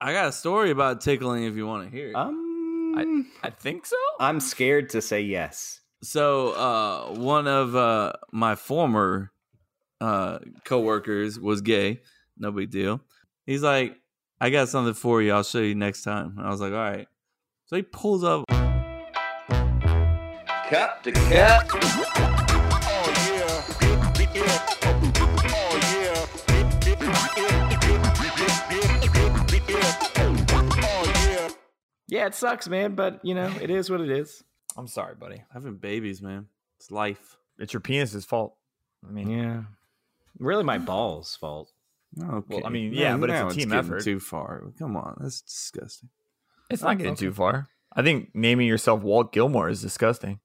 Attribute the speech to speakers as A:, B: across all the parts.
A: I got a story about tickling if you want to hear it.
B: Um,
C: I think so.
B: I, am scared to say yes.
A: So uh, one of uh, my former uh, coworkers was gay. No big deal. He's like, I got something for you. I'll show you next time. And I was like, all right. So he pulls up.
D: Cup to cup.
B: Yeah, it sucks, man, but you know it is what it is.
C: I'm sorry, buddy.
A: Having babies, man. It's life.
C: It's your penis's fault. I mean,
B: Yeah, really, my balls' fault.
A: Okay.
C: I mean, yeah, but it's a
A: now
C: team
A: getting
C: effort.
A: Too far. Come on, that's disgusting.
C: it's not getting too far. I think naming yourself Walt Gilmore is disgusting.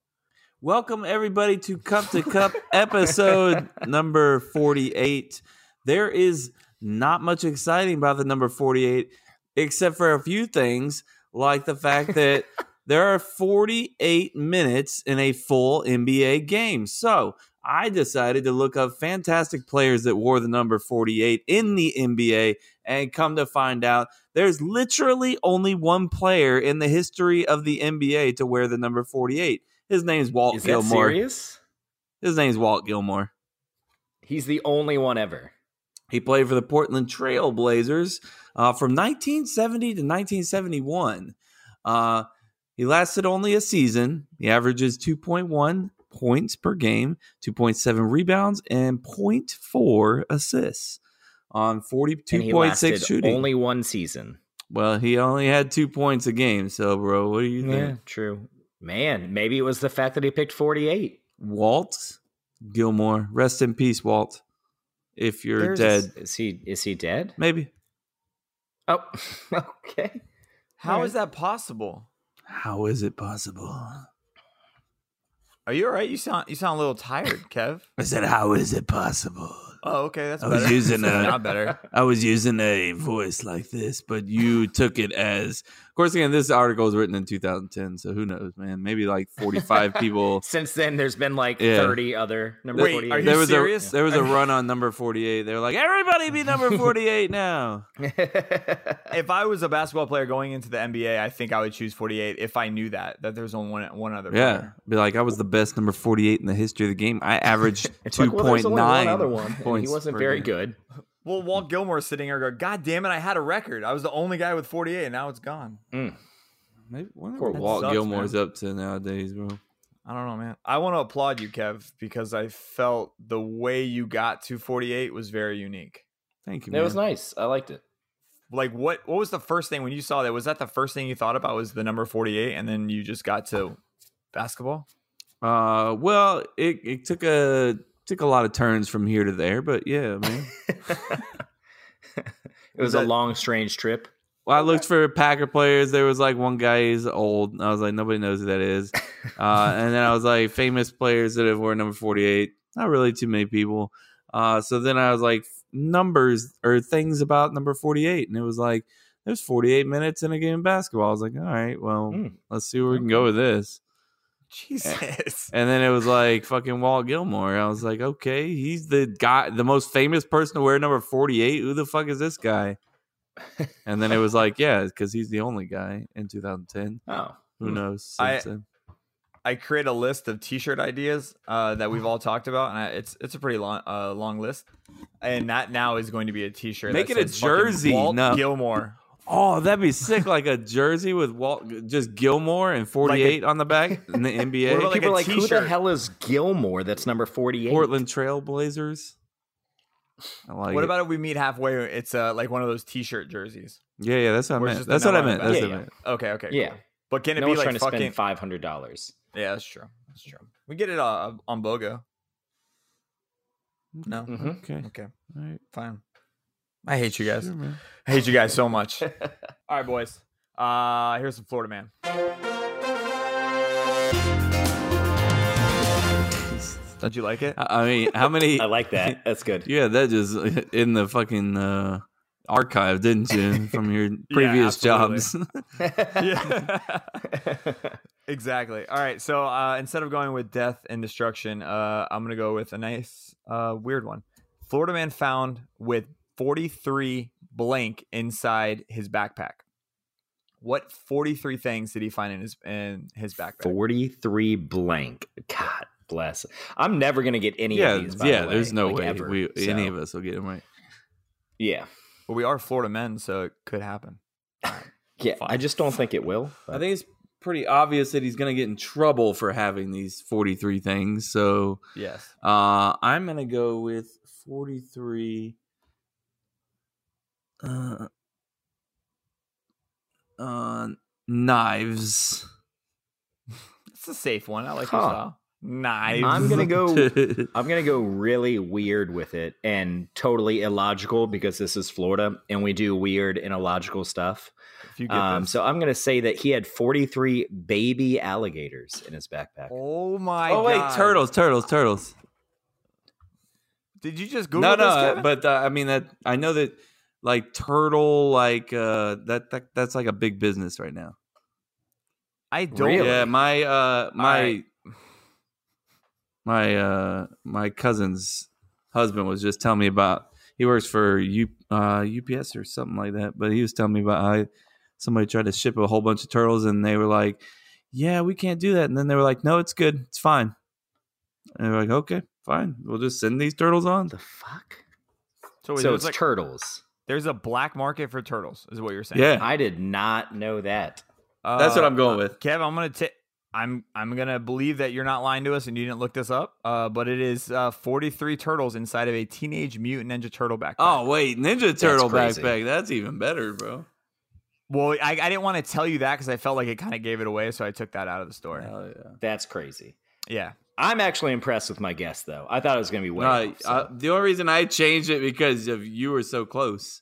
A: Welcome everybody to Cup to Cup episode number 48. There is not much exciting about the number 48 except for a few things like the fact that there are 48 minutes in a full NBA game. So, I decided to look up fantastic players that wore the number 48 in the NBA and come to find out there's literally only one player in the history of the NBA to wear the number 48. His name's Walt
B: Is that
A: Gilmore.
B: serious?
A: His name's Walt Gilmore.
B: He's the only one ever.
A: He played for the Portland Trail Blazers uh, from 1970 to 1971. Uh, he lasted only a season. He averages 2.1 points per game, 2.7 rebounds, and 0.4 assists on
B: And he
A: 42.6
B: lasted
A: shooting.
B: Only one season.
A: well, he only had two points a game. So, bro, what do you think?
B: true. Man, maybe it was the fact that he picked 48.
A: Walt Gilmore. Rest in peace, Walt. If you're
B: There's-
A: dead,
B: Is he is he dead?
A: maybe.
B: Oh, okay.
C: How is
B: Alright.
C: that possible?
A: How is it possible?
C: Are you all right? You sound you sound a little tired, Kev.
A: I said, "How is it possible?"
C: Oh, okay, that's
A: I was
C: better.
A: using uh,
C: That's
A: a-
C: not better.
A: I was using a voice like this, but you took it as. Of course, again, this article was written in 2010, so who knows, man? Maybe like 45 people.
B: Since then, there's been like
A: Yeah.
B: 30 other number
C: Wait,
B: 48.
C: are you
A: there was
C: serious?
A: a there was a run on number 48. They were like, "Everybody be number 48 now."
C: If I was a basketball player going into the NBA, I think I would choose 48 if I knew that that there's only one one other.
A: Yeah,
C: player.
A: be like, "I was the best number 48 in the history of the game. I averaged
B: It's like, well, there's
A: 2.9
B: only one other one. and He
A: points
B: wasn't
A: per
B: very
A: game.
B: good.
C: Well, Walt Gilmore's sitting there going, "God damn it! I had a record. I was the only guy with 48, and now it's gone."
A: Maybe wonder
B: Poor
A: what Walt
C: Walt. Sucks,
A: Gilmore's up to nowadays, bro.
C: I don't know, man. I want to applaud you, Kev, because I felt the way you got to 48 was very unique.
A: Thank you.
B: It was
A: man.
B: nice. I liked it.
C: Like, what? What was the first thing when you saw that? Was that the first thing you thought about? Was the number 48, and then you just got to basketball?
A: Eh. Uh, well, it, it took a took a lot of turns from here to there, but yeah, man.
B: It was
C: that-
B: a long, strange trip.
A: Well, I looked for Packer players. There was like one guy is old. and I was like, nobody knows who that is. Uh, and then I was like, famous players that have worn number forty eight. Not really too many people. Uh, so then I was like, numbers or things about number forty eight, and it was like there's forty eight minutes in a game of basketball. I was like, all right, well,
B: Hmm.
A: let's see where we can go with this.
C: Jesus.
A: And then it was like fucking Walt Gilmore. I was like, okay, he's the guy, the most famous person to wear number 48. Who the fuck is this guy? And then it was like, yeah, because he's the only guy in 2010.
B: Oh,
A: Who
B: Hmm.
A: knows?
C: I-
A: since then.
C: I create a list of T-shirt ideas uh, that we've all talked about, and I, it's it's a pretty long uh, long list. And that now is going to be a T-shirt.
A: Make
C: that
A: it a
C: says fucking
A: jersey,
C: Walt
A: no.
C: Gilmore.
A: Oh, that'd be sick. like a jersey with Walt, just Gilmore and 48 on the back in the NBA.
C: What
B: people
C: about, like, a
B: are like, who the
C: t-shirt.
B: hell is Gilmore? That's number 48.
A: Portland Trail Blazers. I like
C: what
A: it.
C: about if we meet halfway? It's uh, like one of those T-shirt jerseys.
A: Yeah, yeah, that's what I
C: Where's
A: meant.
C: just the
A: That's what I
C: number on
A: meant.
C: the
A: That's
B: back?
A: what I
B: Yeah,
A: meant.
C: Okay, okay,
B: Yeah.
C: cool. But can it
B: no
C: be
B: one's
C: like
B: trying
C: fucking?
B: to spend $500.
C: yeah, that's true. That's true. We get it uh, on Bogo. No.
B: Mhm.
A: Okay.
C: Okay.
A: All right.
C: Fine. I hate you guys.
A: Sure, man.
C: I hate you guys so much. All right, boys. Uh, here's some Florida man. Don't you like it?
A: I I mean, how many?
B: I like that. That's good.
A: Yeah, that just in the fucking uh, archive, didn't you? From your previous
C: absolutely.
A: jobs.
C: yeah. exactly. All right. So uh, instead of going with death and destruction, uh, I'm gonna go with a nice, uh, weird one. Florida man found with 43 blank inside his backpack. What 43 things did he find in his in his backpack?
B: 43 blank. God bless. I'm never going to get any
A: yeah,
B: of these. by
A: yeah.
B: the way,
A: there's no
B: like,
A: way
B: ever.
A: we,
B: So,
A: any of us will get them right.
B: Yeah.
C: Well, we are Florida men, so it could happen.
B: Yeah. I just don't think it will.
A: I think it's pretty obvious that he's going to get in trouble for having these 43 things. So
C: Yes.
A: uh, I'm going to go with 43. Uh, uh, knives.
C: It's a safe one. I like
B: Huh.
C: your style. Knives.
B: I'm gonna go- I'm going to go really weird with it and totally illogical because this is Florida and we do weird and illogical stuff.
C: If you get
B: Um,
C: this.
B: so I'm going to say that he had 43 baby alligators in his backpack.
C: oh my.
A: oh wait,
C: God.
A: turtles, turtles, turtles.
C: Did you just
A: no,
C: Google this?
A: no,
C: Kevin?
A: but uh, I mean that I know that like turtle, like uh, that, that that's like a big business right now.
C: I don't.
B: Really?
A: Yeah, my uh my
C: right.
A: my uh my cousin's husband was just telling me about he works for U, uh, UPS or something like that, but he was telling me about how somebody tried to ship a whole bunch of turtles and they were like, "Yeah, we can't do that." And then they were like, "No, it's good. It's fine." And they were like, "Okay, fine. We'll just send these turtles on."
B: The fuck?
C: So, wait,
B: so
C: there's
B: it's
C: like-
B: turtles.
C: there's a black market for turtles, is what you're saying.
A: Yeah.
B: I did not know that.
C: Uh,
A: That's what I'm going with.
C: Kev, I'm gonna take. I'm I'm gonna believe that you're not lying to us and you didn't look this up. Uh, but it is uh, 43 turtles inside of a Teenage Mutant Ninja Turtle backpack.
A: Oh wait, Ninja Turtle
B: crazy.
A: backpack. That's even better, bro.
C: well, I, I didn't want to tell you that because I felt like it kind of gave it away, so I took that out of the story. Yeah.
A: Hell yeah.
B: That's crazy. I'm actually impressed with my guess, though. I thought it was going to be way.
A: No,
B: off, so-
A: uh, the only reason I changed it because of you were so close.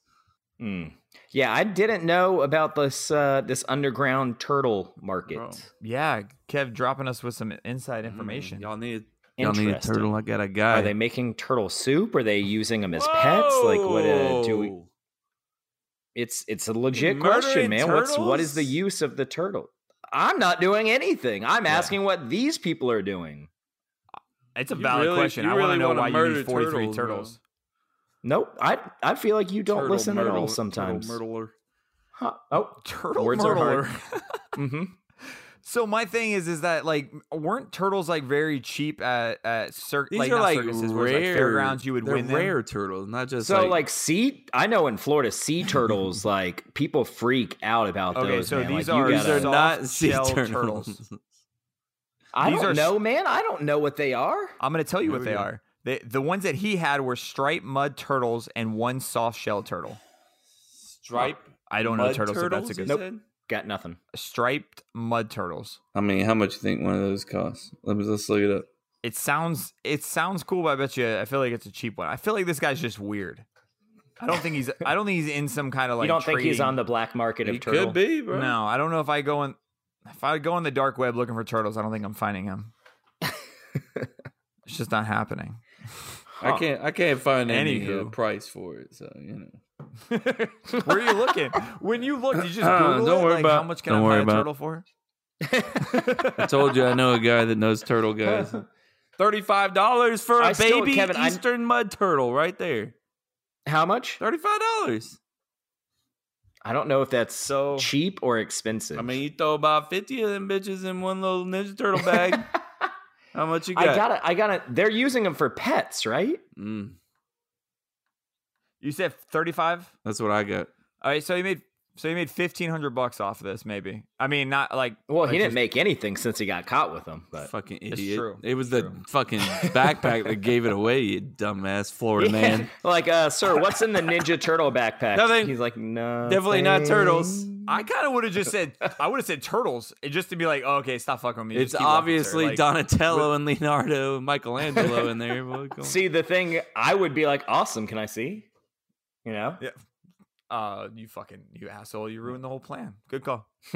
B: Mm. Yeah, I didn't know about this uh, this underground turtle market.
A: Bro.
C: yeah, Kev dropping us with some inside information.
A: Mm, y'all need y'all need a
B: Interesting.
A: turtle. I got a guy.
B: Are they making turtle soup? Are they using them as pets? Like, what uh, do we?
A: Whoa.
B: It's it's a legit
A: Murdering
B: question, man. What's what is the
A: turtles?
B: use of the turtle? I'm not doing anything. I'm
C: Yeah.
B: asking what these people are doing.
C: It's a
A: You
C: valid
A: really-
C: question.
A: you
C: I want
A: really
C: to know
A: wanna
C: why you
A: murder
C: need 43
A: turtles,
C: turtles.
A: bro.
B: Nope. I I feel like you don't
A: Turtle
B: listen at
A: myrtle-
B: all
A: turtle
B: sometimes.
A: myrtler.
B: Huh. Oh.
C: Turtle
B: Words are hard.
C: murderer.
B: hmm
C: So my thing is, is that like weren't turtles like very cheap at at cir-
A: These
C: like,
A: are
C: not
A: like
C: circuses, where it's,
A: rare
C: like fairgrounds? You would
A: they're
C: win them.
A: rare turtles, not just
B: So like,
A: like,
B: sea, I know in Florida, sea turtles like people freak out about
C: Okay,
B: those.
C: so
B: man.
C: these
B: like, you
C: are-
A: these
B: gotta-
A: are not
C: soft
A: sea
C: shell
A: turtles.
C: turtles.
B: I
C: these
B: don't
C: are s-
B: know, man. I don't know what they are.
C: I'm gonna tell you
A: There
C: what
A: we
C: they
A: go.
C: are. They, the ones that he had were striped mud turtles and one soft shell turtle.
A: Stripe.
C: I don't know turtles, so that's a good
B: Nope. Got nothing.
C: striped mud turtles.
A: I mean, how much you think one of those costs? Let me let's look it up.
C: It sounds it sounds cool, but I bet you I feel like it's a cheap one. I feel like this guy's just weird. I don't think he's I don't think he's in some kind of like
B: you don't think he's
C: trading-
B: on the black market
A: He
B: of turtle?
A: could be, bro.
C: No, I don't know if I go on if I go on the dark web looking for turtles, I don't think I'm finding him. it's just not happening.
A: I can't. I can't find any uh,
C: Anywho.
A: price for it. So you know.
C: Where are you looking? When you look, you just
A: Uh,
C: Google
A: don't
C: it,
A: worry
C: like,
A: about-
C: how much can
A: don't
C: I
A: worry
C: buy
A: about-
C: a turtle for?
A: I told you I know a guy that knows turtle guys. Thirty-five dollars for a
B: I still-
A: baby
B: Kevin, I-
A: eastern mud turtle, right there.
B: How much?
A: Thirty-five dollars.
B: I don't know if that's
A: So-
B: cheap or expensive.
A: I mean, you throw about fifty of them bitches in one little Ninja Turtle bag. How much you
B: I
A: got?
B: gotta, I gotta. They're using them for pets, right?
A: Mm,
C: You said thirty-five.
A: that's what I got.
C: All right, so you made so you made fifteen hundred bucks off of this, maybe. I mean, not like
B: Well, he
C: like
B: didn't
C: just-
B: make anything since he got caught with them. But
A: fucking
C: It's
A: idiot.
C: true.
A: It was
C: It's
A: the
C: true.
A: fucking backpack that gave it away. You dumbass Florida man.
B: like, uh, sir, what's in the Ninja Turtle backpack?
A: Nothing.
B: He's like, no,
A: Definitely not turtles.
C: I kind of would have just said I would have said turtles, it- just to be like, oh, okay, stop fucking with me.
A: It's
C: Just keep walking, sir.
A: obviously
C: Like,
A: Donatello and Leonardo and Michelangelo in there. Boy, come on.
B: See, the thing, I would be like, awesome. Can I see? You know.
C: Uh, you fucking you asshole! You ruined the whole plan. Good call.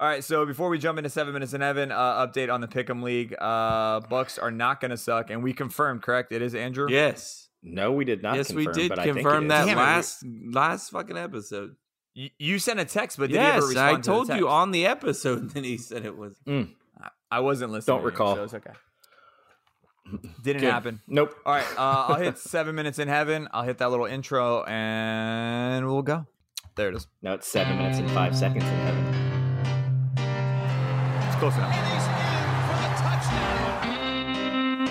C: All right, so before we jump into seven minutes in heaven, uh, update on the Pick'em League. Uh, Bucks are not going to suck, and we confirmed, correct? It is Andrew.
A: yes,
B: no, we did not.
A: yes,
B: confirm,
A: we did
B: but I think
A: confirm
B: it
A: that
B: is.
C: Damn it, we-
A: last last fucking episode.
C: Y- you sent a text, but did he ever
A: Yes,
C: respond
A: I
C: to the
A: told you
C: text?
A: on the episode that he said it was.
C: I wasn't listening.
B: Don't
C: to you,
B: recall.
C: so it's okay. Didn't
B: Good.
C: happen.
B: Nope.
C: All right, uh, I'll hit seven minutes in heaven. I'll hit that little intro, and we'll go. There it is.
B: No, it's seven minutes and five seconds in heaven.
C: It's close enough.
D: He's in for the touchdown.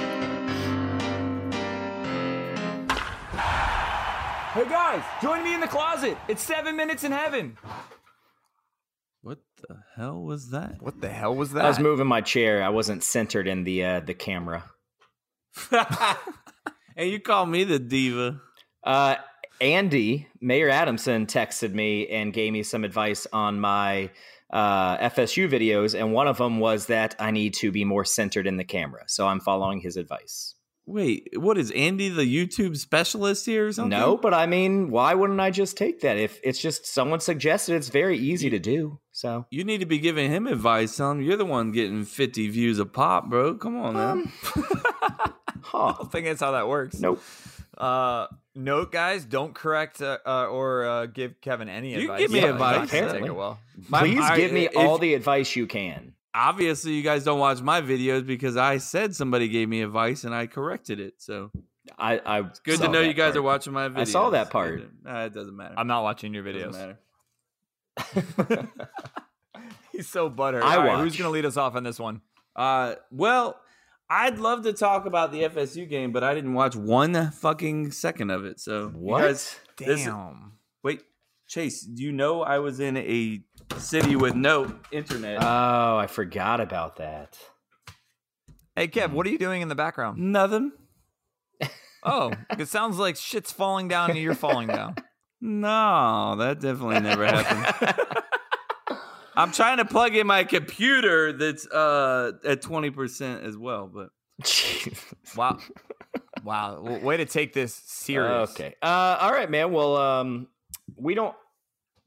C: Hey guys, join me in the closet. It's seven minutes in heaven.
A: What the hell was that?
C: What the hell was that?
B: I was moving my chair. I wasn't centered in the uh, the camera.
A: and you call me the diva.
B: Uh, Andy Mayor Adamson texted me and gave me some advice on my uh, FSU videos, and one of them was that I need to be more centered in the camera. So I'm following his advice.
A: Wait, what is Andy the YouTube specialist here or something?
B: No, but I mean, why wouldn't I just take that? If it's just someone suggested, it's very easy to do. So
A: You need to be giving him advice, son. You're the one getting 50 views a pop, bro. Come on now.
B: Um, huh?
C: I don't think that's how that works.
B: Nope.
C: Uh, note, guys, don't correct uh, uh, or uh, give Kevin any
A: You
C: advice.
A: give me
C: Uh,
A: advice.
C: it's gonna
B: Apparently.
C: Take a while.
A: My-
B: Please
A: I-
B: give me
A: if-
B: all the advice you can.
A: Obviously, you guys don't watch my videos because I said somebody gave me advice and I corrected it. So
B: I, I it's
A: good to know you guys are watching my videos.
B: I saw that
A: Good
B: part.
A: to- Nah, it doesn't matter.
C: I'm not watching your
A: Doesn't
C: videos.
A: matter.
C: He's so buttered.
B: I
C: All right,
B: watch.
C: who's gonna lead us off on this one?
A: Uh, well, I'd love to talk about the FSU game, but I didn't watch one fucking second of it. So you
B: What?
A: guys-
C: Damn.
A: This- wait, Chase, do you know I was in a city with no internet?
B: Oh, I forgot about that.
C: hey, Kev, what are you doing in the background?
A: Nothing.
C: Oh, it sounds like shit's falling down and you're falling down.
A: No, that definitely never happened. I'm trying to plug in my computer that's uh at 20% as well, but
C: Wow. Wow. W- Way to take this serious.
B: Okay. Uh, all right, man. Well, um, we don't.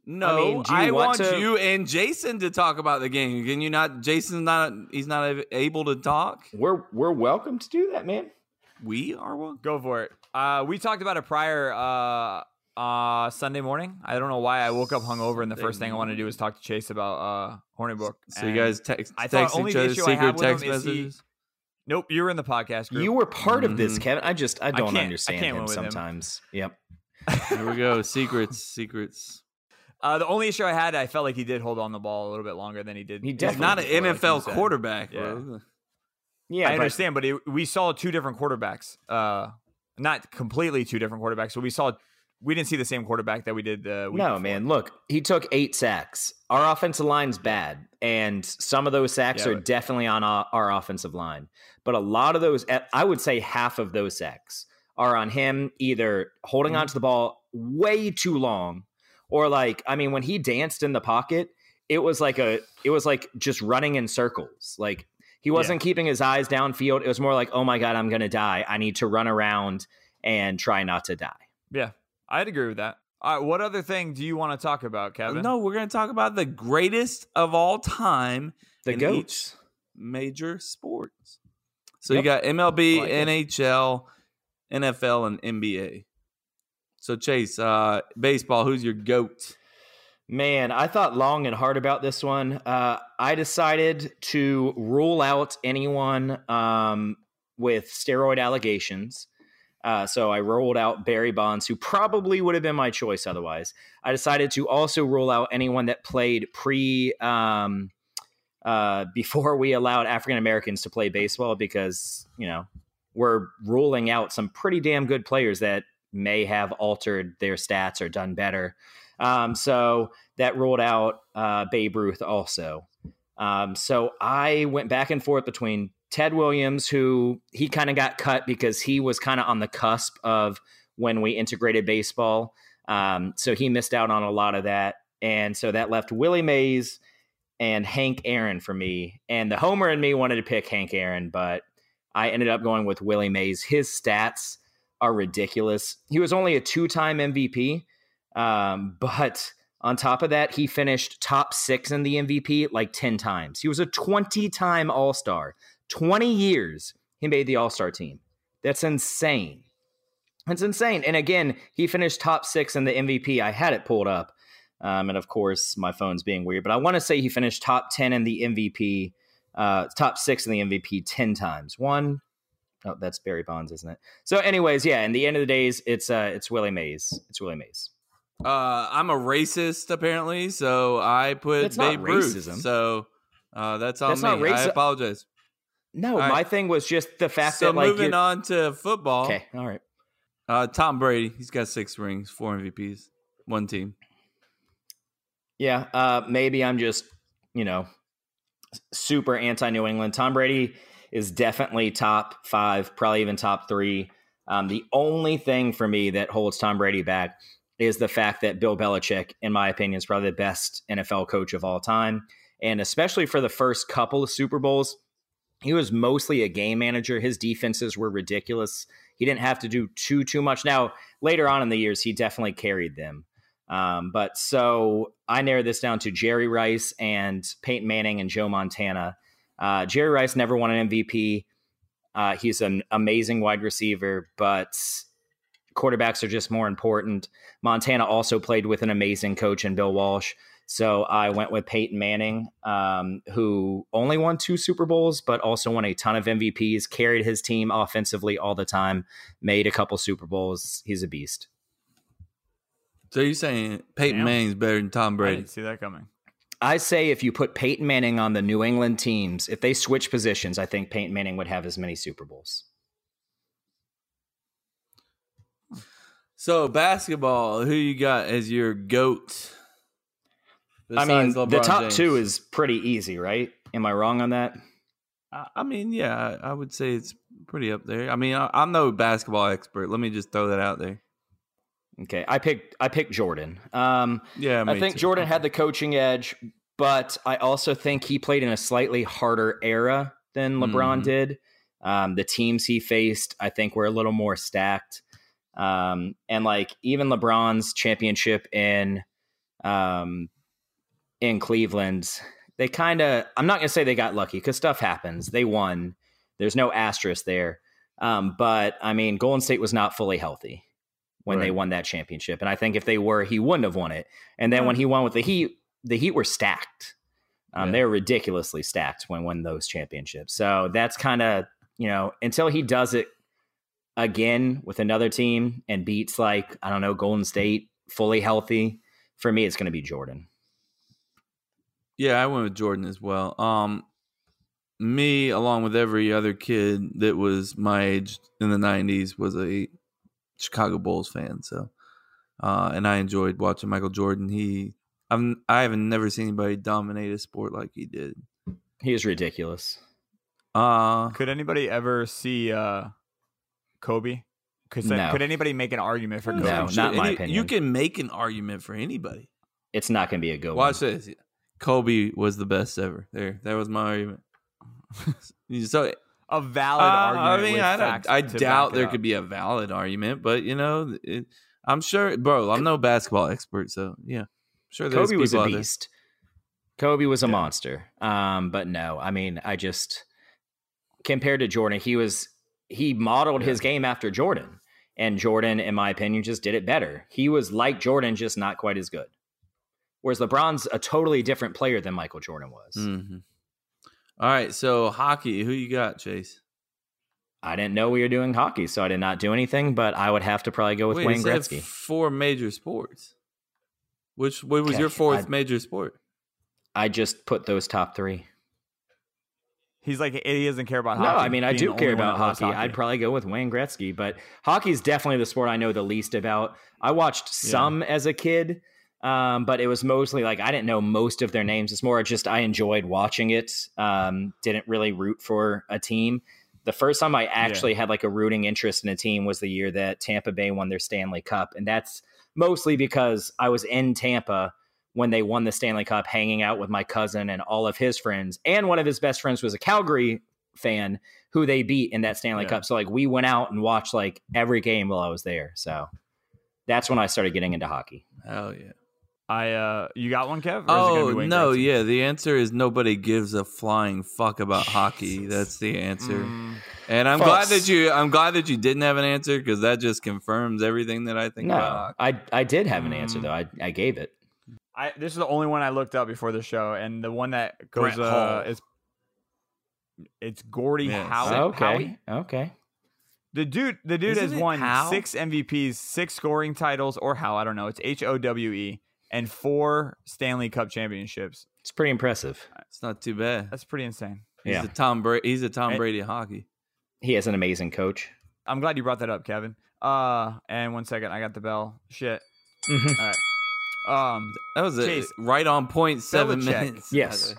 A: no, I,
B: I mean, do you want
A: want,
B: to-
A: you and Jason to talk about the game. Can you not? Jason's not. He's not a- able to talk.
B: We're we're welcome to do that, man.
A: We are one.
C: Go for it. Uh, we talked about it prior uh, uh, Sunday morning. I don't know why I woke up hungover, and the
A: Sunday
C: first thing I want to do is talk to Chase about uh, Horny Book.
A: So
C: And-
A: you guys text,
C: I thought
A: text
C: only
A: each
C: the
A: other
C: issue I have
A: secret
C: with
A: text
C: him is he-
A: messages.
C: Nope, you were in the podcast group.
B: You were part of this,
A: Mhm.
B: Kevin. I just I don't
C: can't- Mm-hmm. I
B: understand
C: can't
B: him
C: win with him.
B: sometimes. Yep.
A: Here we go. Secrets, secrets.
C: uh, the only issue I had, I felt like he did hold on the ball a little bit longer than he did.
B: He
C: before,
A: He's
B: definitely
A: not an
C: like you
A: NFL
C: said.
A: quarterback,
C: Yeah.
A: bro. Uh,
B: Yeah,
C: I
B: but
C: understand, but it, we saw two different quarterbacks. Uh, not completely two different quarterbacks, but we saw we didn't see the same quarterback that we did the week
B: No,
C: before.
B: man. Look, he took eight sacks. Our offensive line's bad, and some of those sacks
C: Yeah,
B: are
C: but-
B: definitely on our, our offensive line. But a lot of those, I would say, half of those sacks are on him either holding
C: Mm-hmm.
B: onto the ball way too long, or like, I mean, when he danced in the pocket, it was like a, it was like just running in circles, like. He wasn't keeping his eyes downfield. It was more like, "Oh my god, I'm going to die. I need to run around and try not to die."
C: I'd agree with that. All right, what other thing do you want to talk
B: Uh,
C: about, Kevin?
A: No, we're going to talk about the greatest of all time
B: The
A: In each-
B: goats.
A: major sports. So
B: Yep.
A: you got MLB,
B: Like it.
A: NHL, NFL, and NBA. So Chase, uh, baseball. Who's your goat?
B: Man, I thought long and hard about this one. Uh, I decided to rule out anyone um, with steroid allegations. Uh, so I rolled out Barry Bonds, who probably would have been my choice otherwise. I decided to also rule out anyone that played pre um, uh, before we allowed African Americans to play baseball because you know we're ruling out some pretty damn good players that may have altered their stats or done better. Um, so that ruled out uh, Babe Ruth also. Um, so I went back and forth between Ted Williams, who he kind of got cut because he was kind of on the cusp of when we integrated baseball. Um, so he missed out on a lot of that. And so that left Willie Mays and Hank Aaron for me. And the homer in me wanted to pick Hank Aaron, but I ended up going with Willie Mays. His stats are ridiculous. He was only a two time MVP, um, but on top of that, he finished top six in the MVP like 10 times. He was a 20 time All Star. 20 years he made the All Star team. That's insane. That's insane. And again, he finished top six in the MVP. I had it pulled up. Um, and of course, my phone's being weird, but I want to say he finished top 10 in the MVP, uh, top six in the MVP 10 times. One, Oh, that's Barry Bonds, isn't it? So, anyways, yeah. In the end of the days, it's uh, it's Willie Mays. It's Willie Mays.
A: Uh, I'm a racist apparently, so I put
B: That's not
A: Babe Ruth.
B: racism.
A: So uh, that's on
B: That's
A: me.
B: not
A: I
B: raci-
A: apologize.
B: No,
A: All right.
B: my thing was just the fact
A: So
B: that like
A: moving
B: you're-
A: on to football.
B: Okay, all right.
A: Uh, Tom Brady, he's got six rings, four MVPs, one team.
B: Yeah, uh, maybe I'm just you know s- super anti New England. Tom Brady is definitely top five, probably even top three. Um, the only thing for me that holds Tom Brady back is the fact that Bill Belichick, in my opinion, is probably the best NFL coach of all time, and especially for the first couple of Super Bowls. He was mostly a game manager. His defenses were ridiculous. He didn't have to do too too much. Now later on in the years, he definitely carried them. Um, but so I narrowed this down to Jerry Rice and Peyton Manning and Joe Montana. Uh, Jerry Rice never won an MVP. Uh, he's an amazing wide receiver, but quarterbacks are just more important. Montana also played with an amazing coach in Bill Walsh. So I went with Peyton Manning, um, who only won two Super Bowls, but also won a ton of MVPs, carried his team offensively all the time, made a couple Super Bowls. He's a beast.
A: So you're saying Peyton
C: Damn.
A: Manning's better than Tom
C: I
A: Brady?
C: didn't see that coming.
B: I say if you put Peyton Manning on the New England teams, if they switch positions, I think Peyton Manning would have as many Super Bowls.
A: So basketball, who you got as your goat?
B: I mean,
A: besides
B: the
A: LeBron
B: top
A: James?
B: two is pretty easy, right? Am I wrong on that?
A: I I mean, yeah, I I would say it's pretty up there. I mean, I, I'm no basketball expert. Let me just throw that out there.
B: Okay, I picked I picked Jordan. Um,
A: Yeah,
B: I
A: me
B: think
A: too.
B: Jordan had the coaching edge, but I also think he played in a slightly harder era than LeBron
A: Mhm.
B: did. Um, the teams he faced, I think, were a little more stacked. Um, and like even LeBron's championship in um, in Cleveland, they kind of, I'm not going to say they got lucky because stuff happens. They won. There's no asterisk there. Um, but I mean, Golden State was not fully healthy when they
A: Right.
B: won that championship. And I think if they were, he wouldn't have won it. And then when he won with the Heat, the Heat were stacked. Um,
A: Yeah.
B: They were ridiculously stacked when won those championships. So that's kind of, you know, until he does it again with another team and beats, like, I don't know, Golden State fully healthy, for me, it's going to be Jordan.
A: Yeah, I went with Jordan as well. Um, me along with every other kid that was my age in the '90s was a Chicago Bulls fan. So, uh, and I enjoyed watching Michael Jordan. He, I've I haven't never seen anybody dominate a sport like he did.
B: He is ridiculous.
A: Uh,
C: Could anybody ever see uh, Kobe? Could,
B: No.
C: could anybody make an argument for Kobe?
B: No,
A: Sure,
B: not my
A: any-
B: opinion.
A: You can make an argument for anybody.
B: It's not going to be a good
A: Watch
B: one.
A: this. Kobe was the best ever. There, that was my argument. so
C: A valid
A: Uh,
C: argument.
A: I mean,
C: with
A: I,
C: facts
A: don't, I
C: to
A: doubt
C: back it
A: there
C: up.
A: could be a valid argument, but you know, it, I'm sure, bro. I'm no basketball expert, so yeah, I'm sure. There's
B: Kobe was a
A: people out there.
B: beast. Kobe was a monster. Um, but no, I mean, I just compared to Jordan, he was he modeled his game after Jordan, and Jordan, in my opinion, just did it better. He was like Jordan, just not quite as good. Whereas LeBron's a totally different player than Michael Jordan was.
A: Mhm. All right, so hockey. Who you got, Chase?
B: I didn't know we were doing hockey, so I did not do anything. But I would have to probably go with
A: Wait,
B: Wayne
A: it said
B: Gretzky.
A: Four major sports. Which what was
B: Okay,
A: your fourth
B: I-
A: major sport?
B: I just put those top three.
C: He's like he doesn't care about
B: No,
C: hockey.
B: I mean I
C: being
B: do
C: the
B: care
C: only one
B: about
C: that loves
B: hockey. I'd probably go with Wayne Gretzky, but hockey is definitely the sport I know the least about. I watched some as a kid, um, but it was mostly like I didn't know most of their names. It's more just I enjoyed watching it. Um, didn't really root for a team. The first time I actually had like a rooting interest in a team was the year that Tampa Bay won their Stanley Cup, and that's mostly because I was in Tampa when they won the Stanley Cup, hanging out with my cousin and all of his friends, and one of his best friends was a Calgary fan who they beat in that Stanley
C: Yeah.
B: Cup. So like we went out and watched like every game while I was there. So that's when I started getting into hockey.
A: Hell yeah!
C: I uh, you got one, Kev? Or is it gonna
A: Oh
C: be Wayne
A: no,
C: Gretzky?
A: yeah. The answer is nobody gives a flying fuck about hockey.
B: Jesus.
A: That's the answer.
C: Mm,
A: And I'm glad
B: False.
A: that you I'm glad that you didn't have an answer because that just confirms everything that I think
B: no,
A: about. hockey.
B: I I did have an answer
C: Mm.
B: though. I, I gave it.
C: I, this is the only one I looked up before the show, and the one that goes
A: Brett
C: uh,
A: Hall.
C: is it's Gordy
A: Yes.
C: Howe.
B: okay.
C: Howie.
B: Okay.
C: The dude, the dude
A: Isn't
C: has
A: it
C: won
A: Howe?
C: six MVPs, six scoring titles, or how I don't know. It's H O W E and four Stanley Cup championships.
B: It's pretty impressive.
A: It's not too bad.
C: That's pretty insane.
A: He's
B: Yeah.
A: a Tom Brady. He's a Tom
C: And-
A: Brady of hockey.
B: He has an amazing coach.
C: I'm glad you brought that up, Kevin. Uh, and one second, I got the bell. Shit.
B: Mhm.
C: All right. Um,
A: That was a
C: Chase,
A: right on point seven
C: Belichick.
A: minutes.
B: Yes.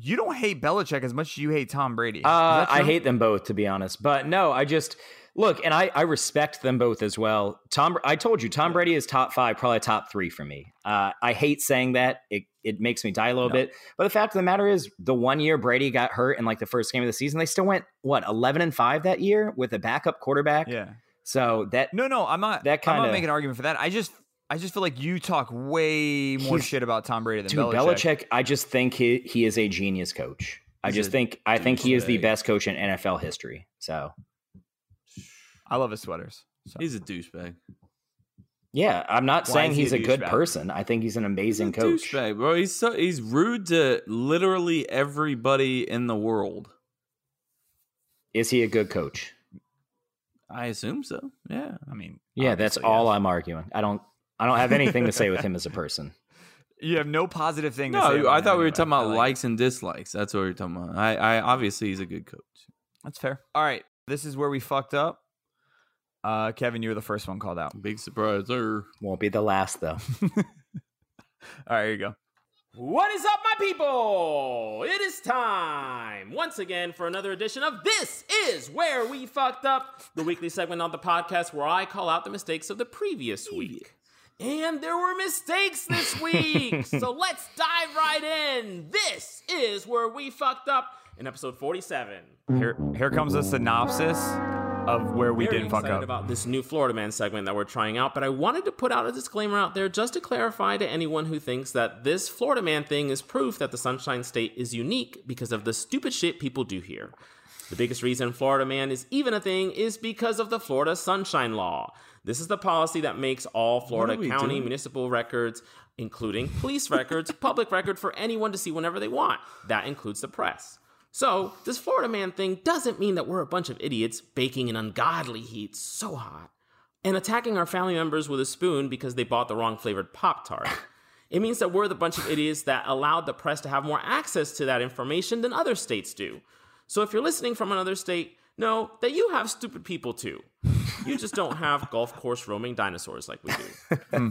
C: you don't hate Belichick as much as you hate Tom Brady.
B: Uh,
C: Is that
B: I
C: true?
B: hate them both, to be honest. But no, I just look, and I, I respect them both as well. Tom, I told you, Tom Brady is top five, probably top three for me. Uh, I hate saying that; it it makes me die a little
C: No.
B: bit. But the fact of the matter is, the one year Brady got hurt in like the first game of the season, they still went what eleven and five that year with a backup quarterback.
C: Yeah.
B: So that
C: No, no, I'm not.
B: That
C: I'm
B: kinda-
C: not making an argument for that. I just, I just feel like you talk way more
B: He's-
C: shit about Tom Brady than
B: dude, Belichick, I just think he he is a genius coach. I
A: He's
B: just
A: a
B: think I think he is the
A: douchebag.
B: best coach in NFL history. So
C: I love his sweaters. So.
A: He's a douchebag.
B: yeah, I'm not
C: Why
B: saying
C: is he
B: he's
C: a
B: a good
C: douchebag?
B: person. I think he's an
A: He's a
B: amazing coach.
A: douchebag, bro. He's so he's rude to literally everybody in the world.
B: Is he a good coach?
A: I assume so. Yeah.
C: I mean,
B: Yeah, that's
C: obviously,
B: all
C: yes.
B: I'm arguing. I don't I don't have anything to say with him as a person.
C: You have no positive thing. to say
A: No,
C: about
A: I
C: him
A: thought we were
C: anyway.
A: talking about
C: I like it.
A: likes and dislikes. That's what we were talking about. I, I obviously he's a good coach.
C: That's fair. All right, this is where we fucked up. Uh, Kevin, you were the first one called out.
A: Big surprise there.
B: Won't be the last though.
C: All right, here you go.
E: What is up, my people? It is time once again for another edition of This Is Where We Fucked Up, the weekly segment on the podcast where I call out the mistakes of the previous week. And there were mistakes this week, so let's dive right in. This is Where We Fucked Up in episode 47.
C: Here, here comes a synopsis of where we
E: Very
C: did fuck
E: excited
C: up.
E: about this new Florida Man segment that we're trying out, but I wanted to put out a disclaimer out there just to clarify to anyone who thinks that this Florida Man thing is proof that the Sunshine State is unique because of the stupid shit people do here. The biggest reason Florida Man is even a thing is because of the Florida Sunshine Law. This is the policy that makes all Florida
A: we
E: county
A: doing?
E: municipal records, including police records, public record for anyone to see whenever they want. That includes the press. So, this Florida man thing doesn't mean that we're a bunch of idiots baking in ungodly heat so hot and attacking our family members with a spoon because they bought the wrong flavored Pop Tart. It means that we're the bunch of idiots that allowed the press to have more access to that information than other states do. So if you're listening from another state, know that you have stupid people too. You just don't have golf course roaming dinosaurs like we do.
A: Oh,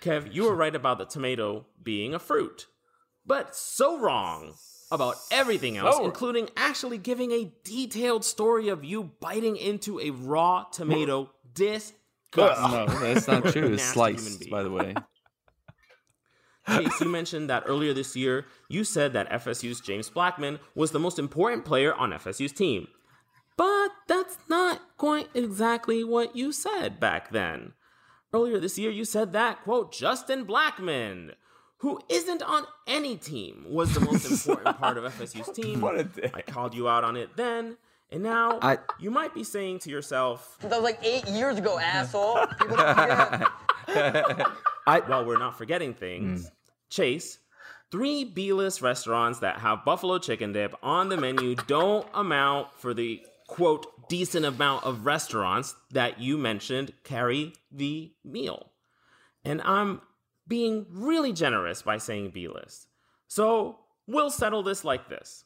E: Kev, you were right about the tomato being a fruit, but so wrong about everything else, including actually giving a detailed story of you biting into a raw tomato. Disgusting.
A: No, that's not true. It's
E: Nasty human
A: sliced,
E: being.
A: by the way.
E: Chase, you mentioned that earlier this year, you said that FSU's James Blackman was the most important player on FSU's team. But that's not quite exactly what you said back then. Earlier this year, you said that, quote, Justin Blackman, who isn't on any team, was the most important part of FSU's team.
C: What a dick.
E: I called you out on it then, and now
B: I-
E: you might be saying to yourself,
F: That was like eight years ago, asshole. People don't forget.
E: while we're not forgetting things, Chase, three B list restaurants that have buffalo chicken dip on the menu don't amount for the quote decent amount of restaurants that you mentioned carry the meal. And I'm being really generous by saying B list. So we'll settle this like this.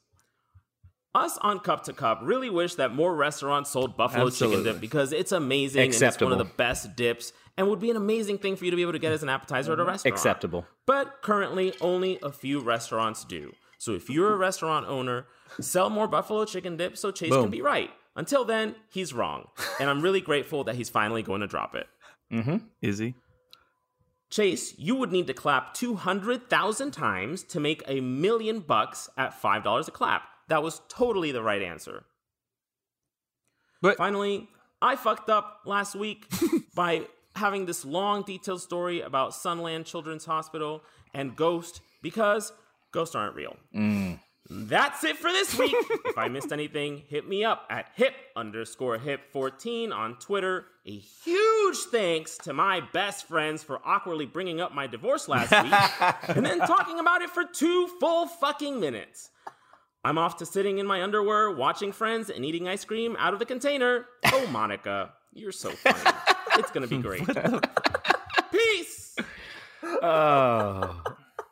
E: Us on Cup to Cup really wish that more restaurants sold buffalo
A: Absolutely.
E: chicken dip because it's amazing and it's one of
B: Acceptable.
E: the best dips and would be an amazing thing for you to be able to get as an appetizer at a restaurant.
B: Acceptable.
E: But currently, only a few restaurants do. So if you're a restaurant owner, sell more buffalo chicken dip so Chase
A: Boom.
E: can be right. Until then, he's wrong. And I'm really grateful that he's finally going to drop it.
A: Is he?
E: Chase, you would need to clap 200,000 times to make a million bucks at $5 a clap. That was totally the right answer.
A: But-
E: finally, I fucked up last week by having this long, detailed story about Sunland Children's Hospital and Ghost because ghosts aren't real. That's it for this week. if I missed anything, hit me up at hip underscore hip 14 on Twitter. A huge thanks to my best friends for awkwardly bringing up my divorce last week and then talking about it for two full fucking minutes. I'm off to sitting in my underwear, watching friends, and eating ice cream out of the container. Oh, Monica, you're so funny. It's going to be great. Peace.
B: Oh.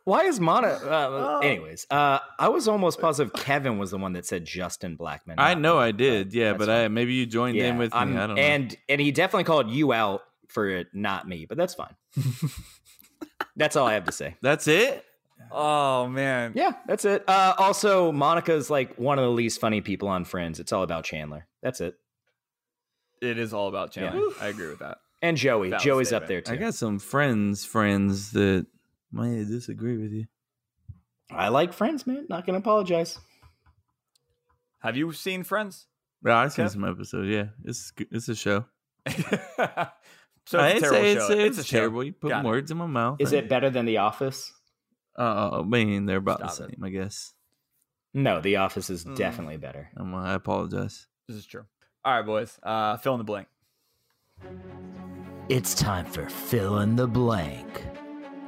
B: Why is Mono?
A: Oh.
B: Uh, anyways, uh, I was almost positive Kevin was the one that said Justin Blackman.
A: I
B: not
A: know
B: me,
A: I did, yeah,
B: that's
A: but
B: fine.
A: I maybe you joined
B: Yeah,
A: in with me.
B: I'm-
A: I don't know.
B: and and he definitely called you out for it, not me, but that's fine. that's all I have to say.
A: That's it.
C: Oh man.
B: Yeah, that's it. Uh, also, Monica's like one of the least funny people on Friends. It's all about Chandler. That's it.
C: It is all about Chandler. I agree with that.
B: And Joey.
C: Valid
B: Joey's up there
C: statement.
B: too.
A: I got some friends, friends that might disagree with you.
B: I like Friends, man. Not gonna apologize.
C: Have you seen Friends?
A: But I've seen
C: Yeah.
A: some episodes. Yeah, it's g- it's a show.
C: so
A: I
C: it's a terrible
A: say
C: show.
A: it's, it's,
C: a show.
A: terrible. You put
C: Got it.
A: words in my mouth.
B: Is it better than The Office?
A: Uh, I mean, they're about the
C: Stop
A: same,
C: it.
A: I guess.
B: No, The Office is
C: Mm.
B: definitely better.
A: Um, I apologize.
C: This is true. All right, boys. Uh, fill in the blank.
G: It's time for fill in the blank.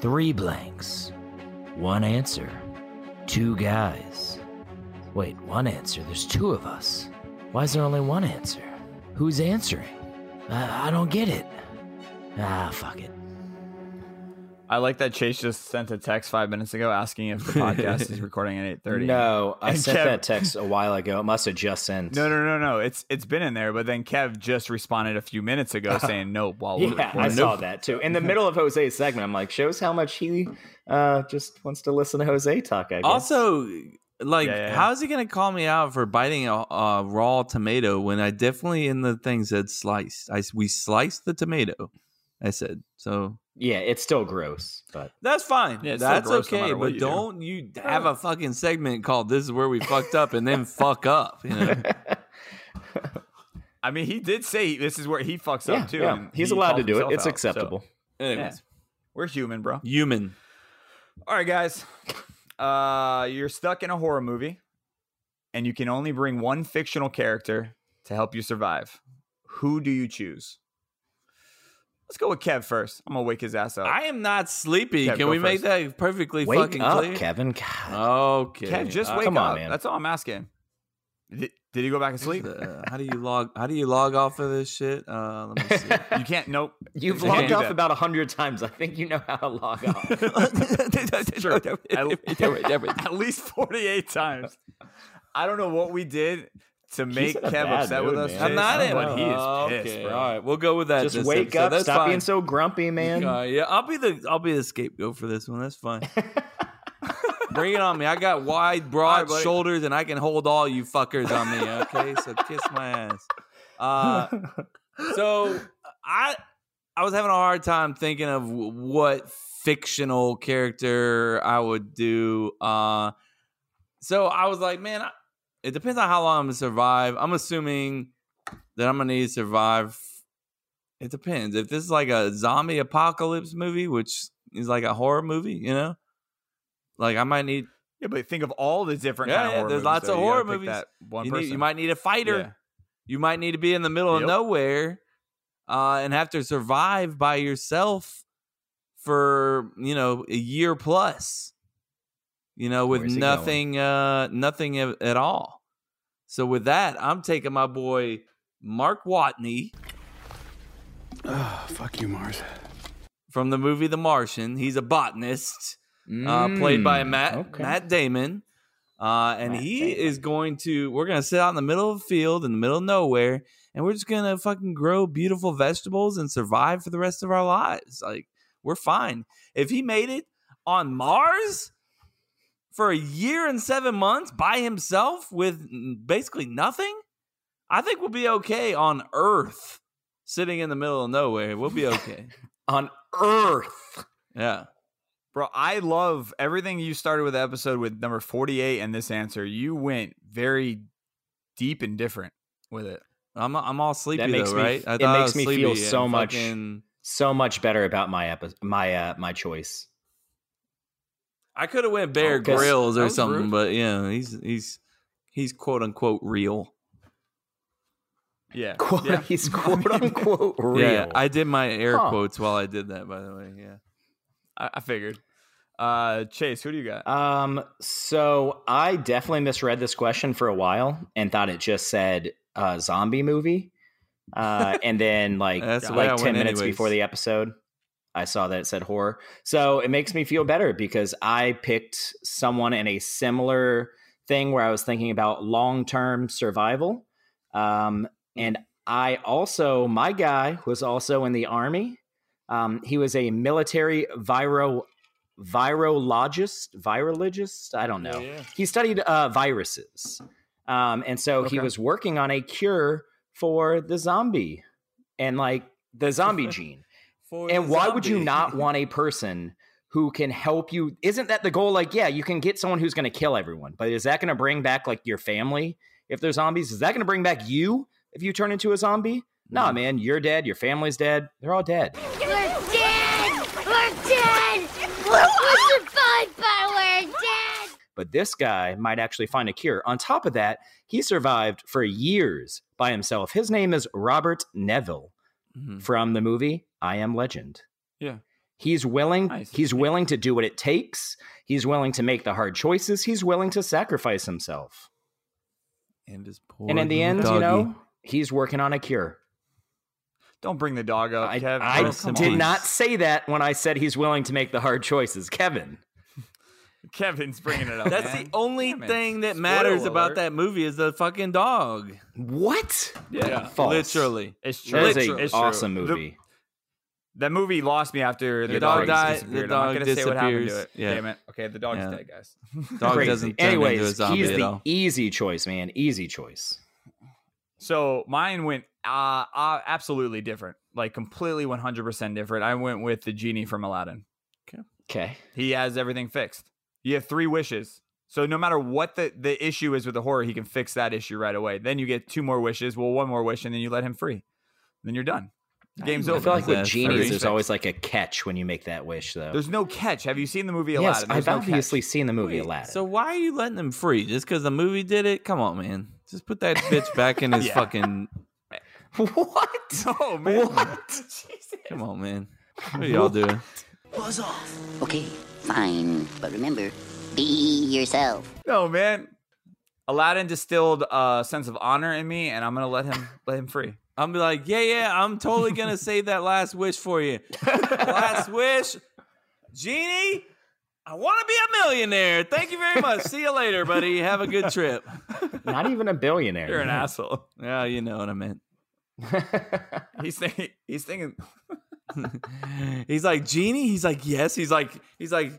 G: Three blanks. One answer. Two guys. Wait, one answer? There's two of us. Why is there only one answer? Who's answering? Uh, I, I don't get it. Ah, fuck it.
C: I like that Chase just sent a text five minutes ago asking if the podcast is recording at eight thirty.
B: No, I
C: And
B: sent
C: Kev-
B: that text a while ago. It must have just sent.
C: No, no, no, no. It's it's been in there, but then Kev just responded a few minutes ago saying no while we
B: Yeah, I saw that too. In the middle of Jose's segment, I'm like, shows how much he uh, just wants to listen to Jose talk. I guess.
A: Also, like,
C: Yeah, yeah, yeah.
A: how is he gonna call me out for biting a, a raw tomato when I definitely in the thing said sliced? I s- we sliced the tomato. I said so.
B: yeah, it's still gross, but
A: That's fine.
C: Yeah, it's still
A: That's
C: gross no
A: okay.
C: matter what
A: but
C: you do.
A: don't you have a fucking segment called "This is where we fucked up" and then fuck up. You know?
C: I mean, he did say this is where he fucks
B: yeah,
C: up too.
B: yeah,
C: and
B: he's
C: he
B: allowed to
C: calls
B: do it.
C: himself
B: It's
C: out, so
B: acceptable.
A: Anyways,
C: We're human, bro.
A: human.
C: All right, guys. Uh, you're stuck in a horror movie, and you can only bring one fictional character to help you survive. Who do you choose? Let's go with Kev first. I'm gonna wake his ass up.
A: I am not sleepy.
C: Kev,
A: Can
C: go
A: we make
C: first.
A: that perfectly
B: Wake
A: fucking
B: up,
A: clear?
B: Kevin. God.
A: Okay.
C: Kev, just
A: Uh,
C: wake
B: come on,
C: up.
B: man.
C: That's all I'm asking. Did, did he go back to sleep?
A: uh, how do you log? How do you log off of this shit? Uh, let me see.
C: You can't. Nope.
B: You've
C: You can't
B: logged
C: do
B: off
C: that.
B: about a hundred times. I think you know how to log off.
C: Sure. At, at least 48 times. I don't know what we did to make
B: in a
C: Kev
B: bad
C: upset with
B: mood,
C: us.
B: man.
A: I'm
C: Chase,
A: not in.
C: But he
A: Oh,
C: is pissed,
A: okay.
C: bro.
A: All right, we'll go with that.
B: Just
A: this
B: wake
A: episode.
B: up.
A: That's
B: Stop
A: fine.
B: being so grumpy, man.
A: Uh, yeah, I'll be the I'll be the scapegoat for this one. That's fine. Bring it on me. I got wide,
C: right,
A: broad
C: buddy.
A: shoulders, and I can hold all you fuckers on me. Okay, so kiss my ass. Uh, so I I was having a hard time thinking of w- what fictional character I would do. Uh, so I was like, man, I, it depends on how long I'm gonna survive. I'm assuming that I'm gonna need to survive. It depends. If this is like a zombie apocalypse movie, which is like a horror movie, you know, like I might need
C: Yeah, but think of all the different.
A: Yeah,
C: kind of
A: yeah,
C: horror
A: there's
C: movies,
A: lots
C: though.
A: of
C: You gotta
A: horror
C: pick
A: movies.
C: That one
A: you,
C: person.
A: need, you might need a fighter.
C: Yeah.
A: You might need to be in the middle
C: Yep.
A: of nowhere uh, and have to survive by yourself for you know a year plus. You know, with
B: Where's he
A: nothing, uh, nothing a- at all. So with that, I'm taking my boy Mark Watney
H: Fuck you, Mars.
A: from the movie The Martian. He's a botanist. uh, played by
B: Mm,
A: Matt
B: okay.
A: Matt Damon. Uh, and
B: Matt
A: he
B: Damon.
A: is going to. We're gonna sit out in the middle of the field, in the middle of nowhere, and we're just gonna fucking grow beautiful vegetables and survive for the rest of our lives. Like we're fine. If he made it on Mars for a year and seven months by himself with n- basically nothing, I think we'll be okay on Earth, sitting in the middle of nowhere. We'll be okay.
B: on Earth.
A: yeah.
C: Bro, I love everything you started with the episode with number 48 and this answer. You went very deep and different with it.
A: I'm I'm all sleepy
B: makes
A: though,
B: me-
A: right?
B: it
A: thought
B: makes me feel
A: sleepy
B: so
A: and
B: much-
A: fucking-
B: So much better about my epi- my uh, my choice.
A: I could have went Bear
B: Oh, 'cause-
A: Grylls
C: that
A: or
C: was
A: something,
C: rude.
A: but yeah, he's he's he's quote unquote real.
C: Yeah.
B: Quote,
C: yeah.
B: He's quote unquote real.
A: Yeah, I did my air
B: Huh.
A: quotes while I did that. By the way, yeah.
C: I, I figured. Uh, Chase, who do you got?
B: Um, so I definitely misread this question for a while and thought it just said uh, zombie movie. Uh, and then like
A: That's the way I
B: like
A: went
B: ten minutes
A: anyways.
B: before the episode, I saw that it said horror. So it makes me feel better because I picked someone in a similar thing where I was thinking about long term survival. Um, and I also my guy was also in the army. Um, he was a military viro virologist, virologist. I don't know. He studied uh, viruses, um, and so he
C: Okay.
B: was working on a cure for the zombie and like the zombie gene.
A: For
B: And
A: the
B: why would you
A: zombie.
B: not want a person who can help you? Isn't that the goal? Like, yeah, you can get someone who's going to kill everyone, but is that going to bring back like your family if they're zombies? Is that going to bring back you if you turn into a zombie?
A: Mm.
B: Nah, man, you're dead. Your family's dead. They're all dead.
H: We're dead! We're dead! We survived, but we're dead!
B: But this guy might actually find a cure. On top of that, he survived for years by himself. His name is Robert Neville
A: Mhm.
B: from the movie I Am Legend.
A: Yeah.
B: He's willing
A: Nice.
B: he's willing to do what it takes. He's willing to make the hard choices. He's willing to sacrifice himself.
A: And his poor
B: and in the end,
A: doggy.
B: you know, he's working on a cure.
C: Don't bring the dog up,
B: I,
C: Kev.
B: I
C: Oh, come
B: did
C: on.
B: not say that when I said he's willing to make the hard choices. Kevin.
C: Kevin's bringing it up.
A: That's
C: man.
A: the only
C: Damn it.
A: thing that
C: Spoiler
A: matters about
C: alert.
A: that movie is the fucking dog.
B: What?
C: Yeah.
B: False.
A: Literally.
C: It's true.
B: That is
A: Literally.
B: an
A: It's
C: true.
B: awesome
C: The-
B: movie.
C: That movie lost me after the,
B: The dog
C: dog, died.
A: disappeared.
C: The
A: I'm not
C: dog
A: gonna
C: disappears.
A: say what happened to it.
C: Damn
A: Damn
C: it. Okay, the dog's
A: Yeah.
C: dead, guys.
A: Dog
B: Crazy.
A: doesn't turn
B: Anyways,
A: into a zombie
B: he's
A: at
B: the
A: all.
B: easy choice, man. Easy choice.
C: So mine went uh, uh absolutely different, like completely 100% different. I went with the genie from Aladdin.
B: Okay.
C: He has everything fixed. You have three wishes. So no matter what the, the issue is with the horror, he can fix that issue right away. Then you get two more wishes, well, one more wish, and then you let him free. Then you're done. The game's
B: I
C: over.
B: feel like with
A: That's
B: genies,
A: very
B: there's
C: fair.
B: always like a catch when you make that wish, though.
C: There's no catch. Have you seen the movie
B: yes,
C: Aladdin? There's
B: I've
C: no catch.
B: obviously seen the movie Aladdin.
A: So why are you letting him free? Just because the movie did it? Come on, man. Just put that bitch back in his
C: Yeah.
A: fucking.
B: what?
C: Oh man.
A: Come on, man. What are y'all doing?
I: Okay, fine. But remember, be yourself.
C: No, man. Aladdin distilled a sense of honor in me, and I'm gonna let him let him free.
A: I'm be like, yeah, yeah. I'm totally gonna save that last wish for you. last wish, genie. I want to be a millionaire. Thank you very much. See you later, buddy. Have a good trip.
B: Not even a billionaire.
C: You're an asshole.
A: Yeah, you know what I meant.
C: He's thinking. He's thinking.
A: He's like genie. He's like yes. He's like he's like,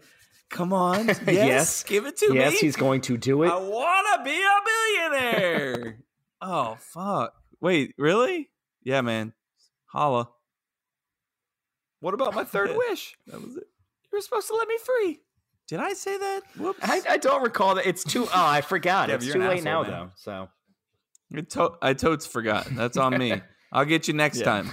A: come on. Yes,
B: Yes.
A: give it to me.
B: yes, he's going to do
A: I
B: it.
A: want to be a millionaire. oh fuck! Wait, really? Yeah, man. Holla.
C: What about my third wish?
A: That was it.
C: You were supposed to let me free.
A: Did I say that? Whoops.
B: I, I don't recall that. It's too. Oh, I forgot.
C: Yeah,
B: it's
C: you're
B: too
C: an
B: late now,
C: asshole, man.
B: though. So
A: I, to- I totes forgot. That's on me. I'll get you next time.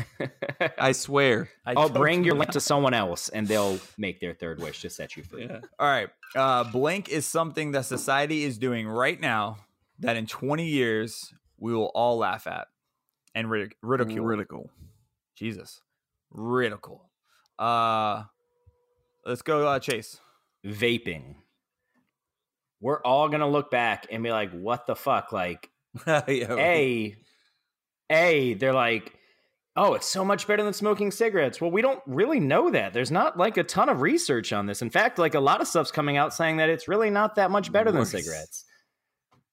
A: I swear.
C: I
B: I'll
C: told
B: bring
C: you.
B: your link to someone else, and they'll make their third wish to set you free.
C: All right. Uh, blank is something that society is doing right now that in 20 years we will all laugh at and rid- ridicule. Ridicule. Jesus. Ridicule. Uh, let's go, uh, Chase.
B: Vaping. We're all gonna look back and be like, "What the fuck?" Like,
A: yeah,
B: a a they're like oh it's so much better than smoking cigarettes well we don't really know that there's not like a ton of research on this in fact like a lot of stuff's coming out saying that it's really not that much better
A: Worse.
B: than cigarettes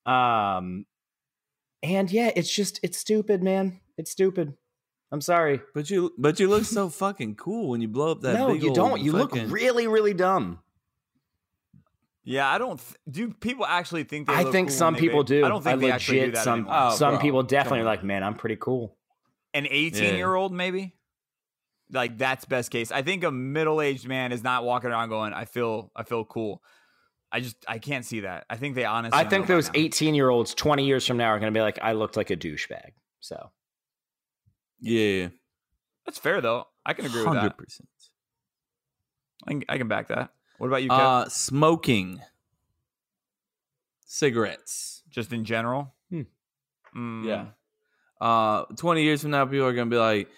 B: um and yeah it's just it's stupid man it's stupid i'm sorry
A: But you but you look so fucking cool when you blow up that.
B: no
A: big
B: you
A: old
B: don't you look
A: fucking-
B: really really dumb
C: Yeah, I don't. Th- do people actually think they
B: i
C: look
B: think
C: cool when
B: some
C: they
B: people
C: vape?
B: do
C: I don't think
B: I
C: they actually do
B: legit
C: that
B: some
C: anymore.
A: Oh,
B: some
A: bro,
B: people
A: come
B: definitely are
A: on.
B: like man i'm pretty cool
C: an 18
A: Yeah.
C: year old maybe like that's best case i think a middle-aged man is not walking around going i feel i feel cool i just i can't see that i think they honestly
B: I think
C: know by
B: those
C: now.
B: 18 year olds 20 years from now are going to be like, I looked like a douchebag. So
A: Yeah,
C: that's fair though i can agree with that
A: hundred percent.
C: I can, I can back that what about you Kev?
A: Uh, smoking cigarettes.
C: just in general
B: Hmm.
C: Mm,
A: Yeah. Uh, 20 years from now, people are going to be like,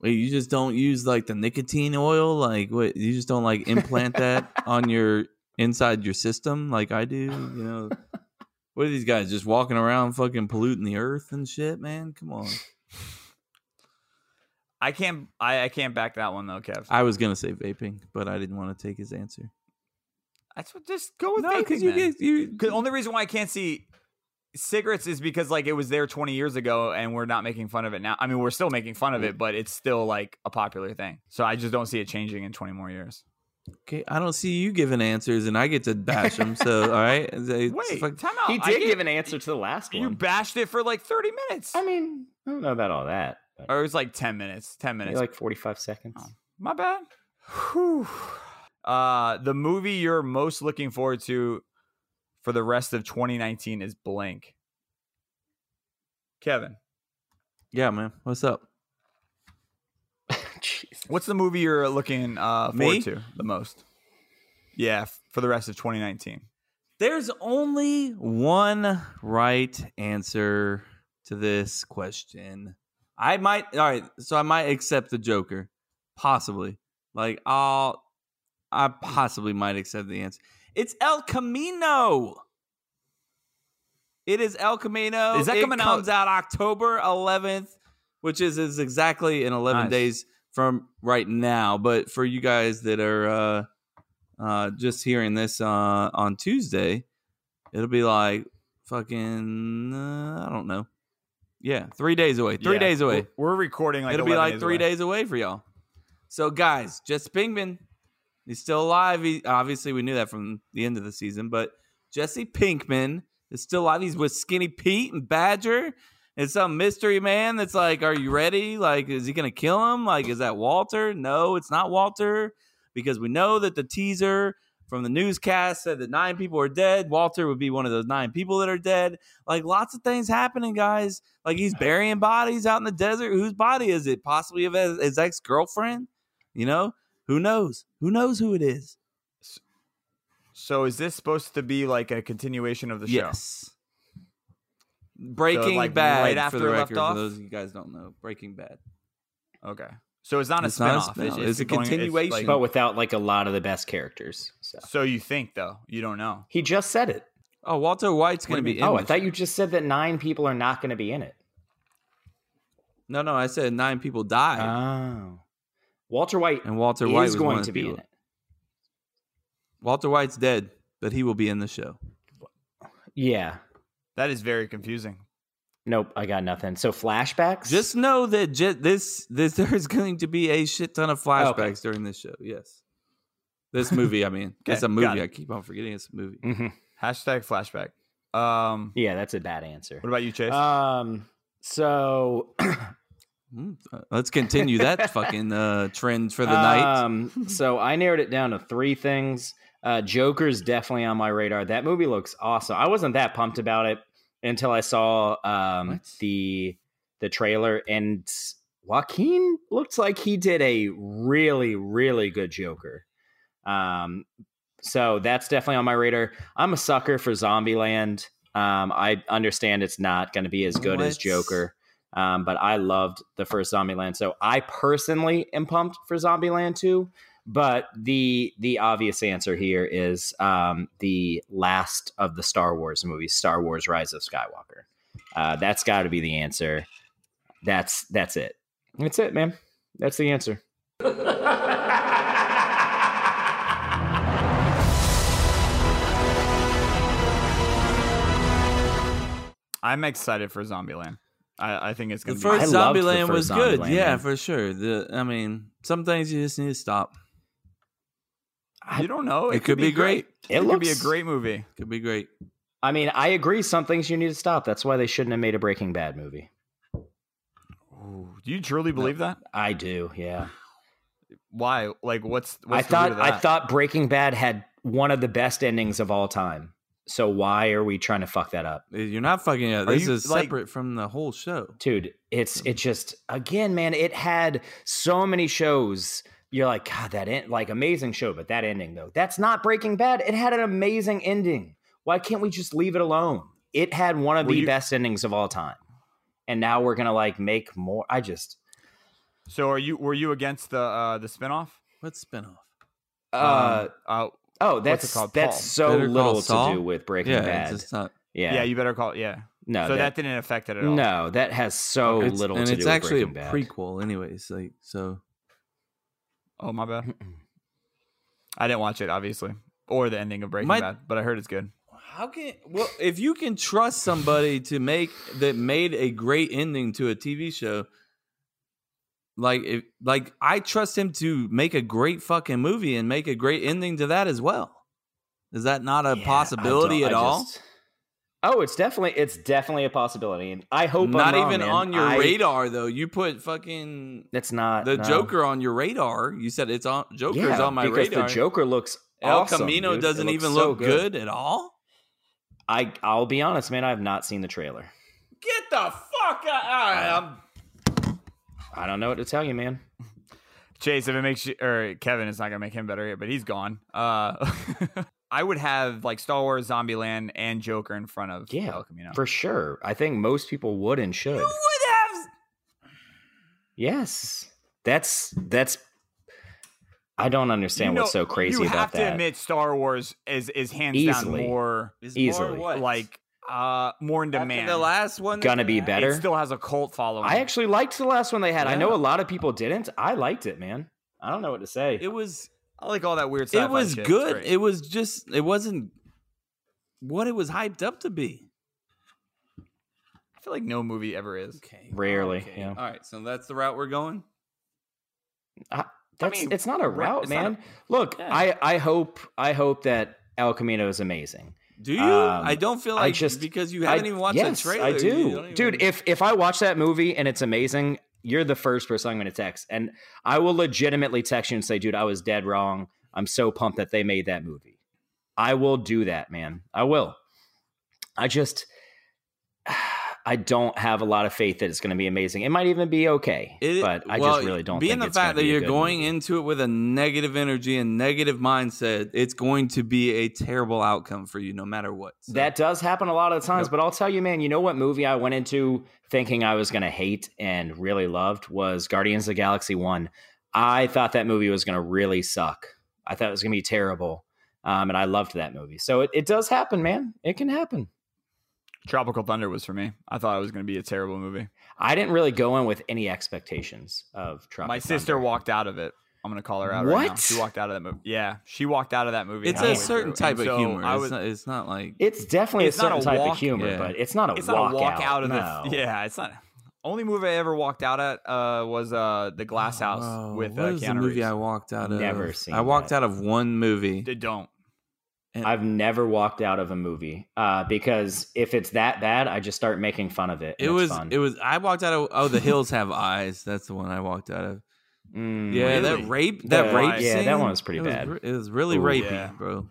A: Wait, you just don't use like the nicotine oil? Like what you just don't like implant that on your inside your system like I do, you know? What are these guys just walking around fucking polluting the earth and shit, man? Come on.
C: I can't. I, I can't back that one though, Kev.
A: I was gonna say vaping, but I didn't want to take his answer.
C: That's what. Just go with
A: No,
C: vaping.
A: because you
C: then.
A: get you
C: Because only reason why I can't see cigarettes is because like it was there 20 years ago and we're not making fun of it now. I mean, we're still making fun of it, but it's still like a popular thing. So I just don't see it changing in 20 more years.
A: okay, I don't see you giving answers and I get to bash them. So all right. It's
C: Wait,
A: fuck-
C: time out.
B: He
C: I
B: did
C: get-
B: give an answer to the last
C: You
B: one.
C: bashed it for like 30 minutes.
B: I mean, I don't know about all that. but
C: or it was like 10 minutes. 10
B: maybe
C: minutes.
B: like 45 seconds.
C: My bad. Whew. Uh, the movie you're most looking forward to for the rest of 2019 is Blank. Kevin,
A: Yeah, man. What's up?
B: Jeez.
C: what's the movie you're looking uh, forward
A: Me?
C: to the most? Yeah, f- for the rest of 2019.
A: There's only one right answer to this question. I might all right, so I might accept the Joker. Possibly. Like I'll I possibly might accept the answer. It's El Camino. It is El Camino.
C: Is that
A: it
C: coming out-
A: comes out October 11th, which is, is exactly in 11
C: Nice.
A: days from right now. But for you guys that are uh, uh, just hearing this uh, on Tuesday, it'll be like fucking, uh, I don't know. Yeah, three days away. Three
C: Yeah,
A: days away.
C: We're we're recording like
A: It'll be
C: 11
A: like three
C: away.
A: days away for y'all. So, guys, Jess Pinkman, he's still alive. He, obviously, we knew that from the end of the season, but Jesse Pinkman is still alive. He's with Skinny Pete and Badger and some mystery man that's like, Are you ready? Like, is he going to kill him? Like, is that Walter? No, it's not Walter because we know that the teaser from the newscast said that nine people are dead. Walter would be one of those nine people that are dead. Like, lots of things happening, guys. Like he's burying bodies out in the desert. Whose body is it? Possibly of his, his ex girlfriend. You know who knows? Who knows who it is?
C: So is this supposed to be like a continuation of the show?
A: Yes. Breaking
C: like,
A: Bad.
C: right
A: for
C: after
A: the
C: it left
A: record,
C: off?
A: for those of you guys don't know, Breaking Bad.
C: Okay. So it's not a
A: It's not a
C: spinoff.
A: spin-off. It's a
C: going-
A: continuation.
C: like-
B: But without like a lot of the best characters. So
C: so you think though? You don't know.
B: he just said it.
A: Oh, Walter White's
C: What
A: going to
C: do
A: be.
C: you mean?
A: In
B: oh, I
A: this.
B: thought you just said that nine people are not going to be in it.
A: No, no, I said nine people died,
B: Oh. Walter White
A: and Walter White
B: is
A: was
B: going
A: one
B: to
A: of
B: be
A: the
B: in
A: people.
B: it.
A: Walter White's dead, but he will be in the show.
B: Yeah.
C: That is very confusing.
B: Nope, I got nothing. So flashbacks?
A: Just know that j- this this there is going to be a shit ton of flashbacks
B: Okay.
A: during this show. Yes, this movie. I mean, it's a
C: got
A: movie.
C: it.
A: I keep on forgetting it's a movie.
B: Mhm.
C: Hashtag flashback. Um,
B: Yeah, that's a bad answer.
C: what about you, Chase?
B: Um so
A: Mm, uh, Let's continue that fucking uh, trend for the night.
B: Um, so I narrowed it down to three things. Uh, Joker's definitely on my radar. That movie looks awesome. I wasn't that pumped about it until I saw um, the the trailer, and Joaquin looked like he did a really, really good Joker. Um, so that's definitely on my radar. I'm a sucker for Zombieland. Um, I understand it's not going to be as good as
A: What?
B: Joker, um, but I loved the first Zombieland. So I personally am pumped for Zombieland 2. But the the obvious answer here is um, the last of the Star Wars movies, Star Wars: Rise of Skywalker. Uh, that's got to be the answer. That's that's it. That's it, man. That's the answer.
C: I'm excited for Zombieland. I, I think it's
A: the
C: gonna be.
A: first
B: I loved the
A: Zombieland was
B: first
A: good,
B: Zombieland,
A: yeah,
B: man.
A: for sure. The I mean, some things you just need to stop.
C: you don't know.
A: Oh, It could be great.
B: It
C: It, could be a
B: looks-
C: great movie.
A: Could be great.
B: I mean, I agree. Some things you need to stop. That's why they shouldn't have made a Breaking Bad movie.
C: Do you truly believe that?
B: I do. Yeah.
C: Why? Like, what's?
B: I
C: what's the root
B: thought
C: of
B: I
C: that?
B: thought Breaking Bad had one of the best endings of all time. So why are we trying to fuck that up?
A: You're not fucking up. This
C: you,
A: is
C: like-
A: separate from the whole show.
B: Dude,
C: Hmm.
B: it's it just again, man, it had so many shows. You're like, God, that end, like amazing show, but that ending though, that's not Breaking Bad. It had an amazing ending. Why can't we just leave it alone? It had one of
C: Well,
B: the
C: you-
B: best endings of all time. And now we're gonna like make more. I just
C: So are you? Were you against the uh, the spinoff?
A: What's spinoff?
B: Uh,
C: Uh,
B: oh,
C: what's
B: that's
C: it called?
B: that's
C: Paul.
B: so
A: Better Call
B: little to
A: Saul?
B: do with Breaking
A: Yeah,
B: Bad.
A: it's, it's not.
B: yeah,
C: yeah. you better call. Yeah.
B: no,
C: so
B: that,
C: that, didn't affect it at all.
B: no, that has so
A: It's-
B: little
A: and
B: to
A: it's
B: do
A: actually
B: with Breaking
A: a
B: Bad.
A: prequel, anyways. Like so,
C: Oh my bad. I didn't watch it, obviously, or the ending of Breaking
A: My-
C: Bad, but I heard it's good.
A: how can well if you can trust somebody to make that made a great ending to a TV show, like if like I trust him to make a great fucking movie and make a great ending to that as well. Is that not a
B: Yeah, I
A: possibility
B: don't-
A: at
B: I
A: all?
B: just- oh, it's definitely it's definitely a possibility, and I hope I'm
A: Not
B: wrong,
A: even
B: man.
A: on your
B: I-
A: radar though. You put fucking
B: It's not
A: the
B: no.
A: Joker on your radar. You said it's on Joker's
B: yeah,
A: on my
B: because
A: radar.
B: The Joker looks
A: El
B: awesome,
A: Camino
B: dude. It
A: doesn't
B: looks
A: even
B: so
A: look good. at all.
B: I I'll be honest, man. I've not seen the trailer.
A: Get the fuck out! I'm
B: I don't know what to tell you, man.
C: Chase, if it makes you or Kevin, it's not gonna make him better yet, but he's gone. Uh, I would have like Star Wars, Zombieland, and Joker in front of
B: Yeah,
C: El Camino.
B: for sure. I think most people would and should. Yes, that's that's. I don't understand
C: You
B: what's
C: know,
B: so crazy
C: you
B: about
C: have
B: that.
C: to admit Star Wars is is hands
B: Easily.
C: down more
B: Easily.
C: like uh more in demand.
A: the last one.
B: Gonna be better.
C: It still has a cult following.
B: I actually liked the last one they had. I
A: Yeah.
B: know a lot of people didn't. I liked it, man. I don't know what to say.
A: It was.
C: I like all that weird stuff.
A: It was good. It was just. It wasn't what it was hyped up to be.
C: I feel like no movie ever is.
A: Okay.
B: Rarely, yeah.
A: All right. So that's the route we're going.
B: That's
C: mean,
B: it's not a
C: right,
B: route,
C: it's not
B: man. Look,
A: Yeah.
B: I I hope I hope that El Camino is amazing.
A: Do you?
B: Um,
A: I don't feel
B: I
A: like
B: just-
A: just because you
B: I-
A: haven't even watched
B: yes,
A: the trailer.
B: I
A: you
B: do,
A: don't even-
B: dude. If if I watch that movie and it's amazing, you're the first person I'm going to text, and I will legitimately text you and say, "Dude, I was dead wrong. I'm so pumped that they made that movie." I will do that, man. I will. I just, I don't have a lot of faith that it's going to be amazing. It might even be okay,
A: It-
B: but I
A: well,
B: just really don't.
A: Being
B: think
A: the
B: it's gonna
A: fact that
B: be a
A: you're
B: good
A: going
B: movie.
A: into it with a negative energy and negative mindset, it's going to be a terrible outcome for you, no matter what. So-
B: That does happen a lot of times, but I'll tell you, man, you know what movie I went into thinking I was going to hate and really loved was Guardians of the Galaxy 1. I thought that movie was going to really suck. I thought it was going to be terrible. Um, and I loved that movie. So it, it does happen, man. It can happen.
C: Tropical Thunder was for me. I thought it was going to be a terrible movie.
B: I didn't really go in with any expectations of Tropic
C: My sister
B: Thunder.
C: walked out of it. I'm going to call her out right now.
B: What?
C: She walked out of that movie. Yeah, she walked out of that movie.
A: it's
B: Yeah.
A: a
C: halfway
A: certain
C: through. And
A: type of
C: so
A: humor.
C: I
A: it's,
C: was,
A: not, it's not like
B: It's definitely
C: It's
B: a
C: not
B: certain
C: a
B: type of
C: walk-
B: humor,
A: yeah.
B: but it's not a
C: it's
B: walk
C: not a walk out, of
B: no.
C: the. Yeah, it's not. Only movie I ever walked out at uh, was uh, the Glass House
A: Oh,
C: with
A: what
C: uh,
A: was
C: Keanu
A: the movie
C: Reeves.
A: I walked out of?
B: Never seen
A: I walked
B: that.
A: out of one movie.
C: They don't.
B: I've never walked out of a movie uh, because if it's that bad, I just start making fun of it. and
A: it
B: it's
A: was
B: fun.
A: it was I walked out of oh the hills have eyes. That's the one I walked out of.
B: Mm.
A: Yeah,
C: Really?
A: that rape that
B: Yeah,
A: rape
B: yeah,
A: scene.
B: that one was pretty
A: it
B: bad.
A: re- it was really
B: Ooh.
A: rapey,
C: Yeah.
A: bro.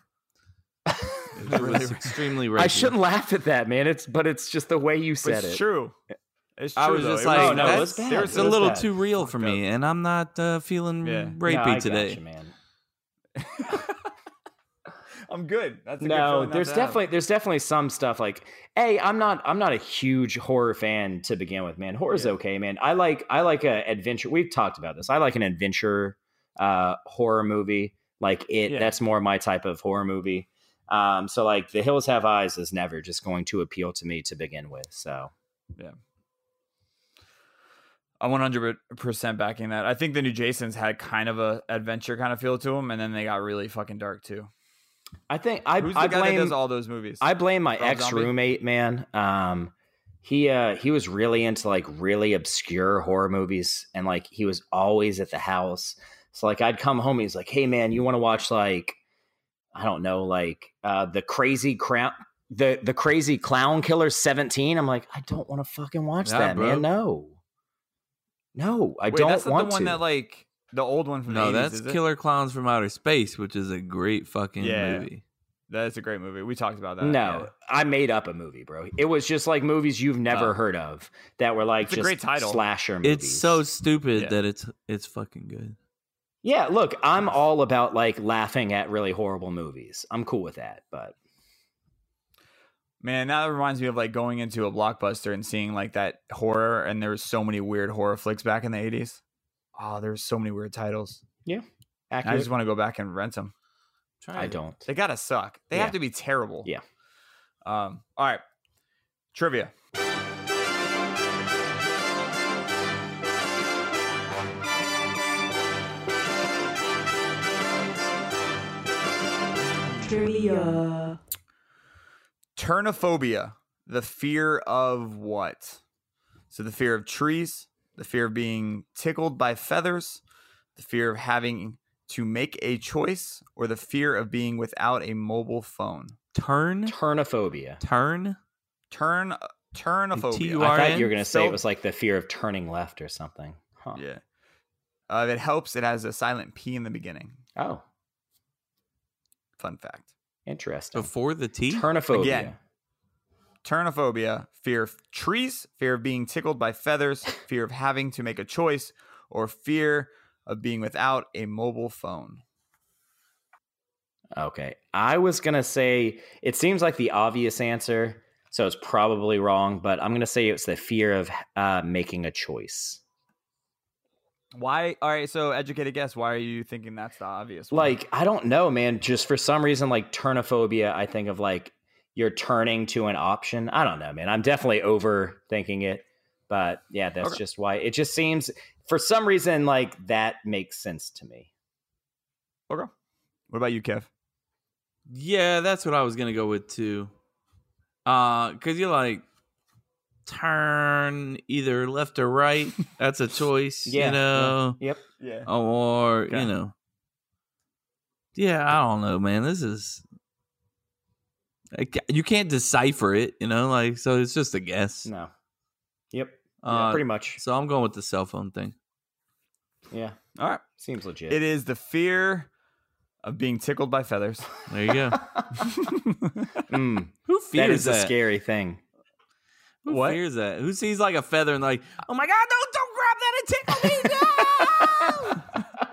A: It was extremely rapey.
B: I shouldn't laugh at that, man. It's but it's just the way you
C: But
B: said
C: it's
B: it.
C: true. It's true.
A: I was
C: though.
A: just
C: It
A: like,
B: No, no, it
A: that's,
B: was bad.
A: it's
B: It
A: a
B: was
A: little
B: bad.
A: too real for me, and I'm not uh, feeling
C: Yeah.
B: No, I
A: rapey
B: got
A: today.
B: you, man.
C: I'm good. That's a good
B: No,
C: feeling not
B: there's
C: to have.
B: definitely there's definitely some stuff like, hey, I'm not I'm not a huge horror fan to begin with, man. Horror's okay, man. I like I like a adventure. We've talked about this. I like an adventure uh, horror movie, like it.
C: Yeah.
B: That's more my type of horror movie. Um, so like, The Hills Have Eyes is never just going to appeal to me to begin with. So
C: I'm 100% backing that. I think the new Jasons had kind of a adventure kind of feel to them, and then they got really fucking dark too.
B: I think I
C: Who's the
B: I
C: guy
B: blame
C: that does all those movies?
B: I blame my
C: Rob
B: ex
C: Zombie?
B: roommate, man. Um, he uh, he was really into like really obscure horror movies, and like he was always at the house. So like I'd come home, he's like, "Hey man, you want to watch like I don't know, like uh, the crazy crown." The, the crazy clown killer 17 i'm like i don't want to fucking watch
A: Yeah,
B: that
A: bro.
B: man no no i
C: Wait,
B: don't
C: that's not
B: want
C: the one
B: to
C: that like the old one from
A: No,
C: the 80s,
A: that's
C: is it?
A: Killer Clowns from Outer Space, which is a great fucking
C: Yeah.
A: movie.
C: That's a great movie. We talked about that.
B: no
C: uh, yeah.
B: i made up a movie bro it was just like movies you've never
A: Oh.
B: heard of that were like
C: It's a
B: just
C: great title.
B: slasher movies
A: It's so stupid
C: Yeah.
A: that it's it's fucking good.
B: Yeah, look, I'm all about like laughing at really horrible movies. I'm cool with that, but
C: Man, now that reminds me of like going into a blockbuster and seeing like that horror, and there was so many weird horror flicks back in the 80s. Oh, there's so many weird titles. I
B: Accurate.
C: just want to go back and rent them.
B: I don't.
C: They gotta suck. They
B: Yeah.
C: have to be terrible.
B: Yeah.
C: Um. All right. Trivia.
J: Trivia.
C: Turnophobia, the fear of what? So the fear of trees, the fear of being tickled by feathers, the fear of having to make a choice, or the fear of being without a mobile phone.
A: Turn,
B: Turnophobia.
A: turn.
C: Turn uh, turnophobia.
A: TUR.
B: I thought
A: RN?
B: you were going to say
C: So-
B: it was like the fear of turning left or something. Huh.
C: Yeah. Uh, if it helps, it has a silent P in the beginning.
B: Oh,
C: Fun fact.
B: interesting.
A: Before the T.
B: Turnophobia.
C: Again. Turnophobia, fear of trees, fear of being tickled by feathers, fear of having to make a choice, or fear of being without a mobile phone.
B: Okay. I was going to say it seems like the obvious answer, so it's probably wrong, but I'm going to say it's the fear of uh, making a choice.
C: Why? All right, so educated guess. Why are you thinking that's the obvious? one?
B: Like, I don't know, man. Just for some reason, like turnophobia, I think of like you're turning to an option. I don't know, man. I'm definitely overthinking it. But yeah, that's
C: Okay.
B: just why it just seems for some reason like that makes sense to me.
C: okay. What about you, Kev?
A: Yeah, that's what I was gonna go with too. Uh, cause you like turn either left or right. That's a choice,
B: Yeah,
A: you know,
B: Yep.
C: Yeah.
A: or
C: Okay.
A: you know. Yeah, I don't know, man. This is I ca- you can't decipher it, you know, like so it's just a guess.
B: No. Yep. Yeah,
A: uh,
B: pretty much.
A: so I'm going with the cell phone thing.
B: Yeah.
C: All right.
B: Seems legit.
C: It is the fear of being tickled by feathers.
A: There you go.
B: Mm,
A: Who
B: that
A: fears
B: is
A: that?
B: a scary thing.
A: Who
C: What?
A: fears that? Who sees like a feather and like, oh my god, don't don't grab that and tickle me?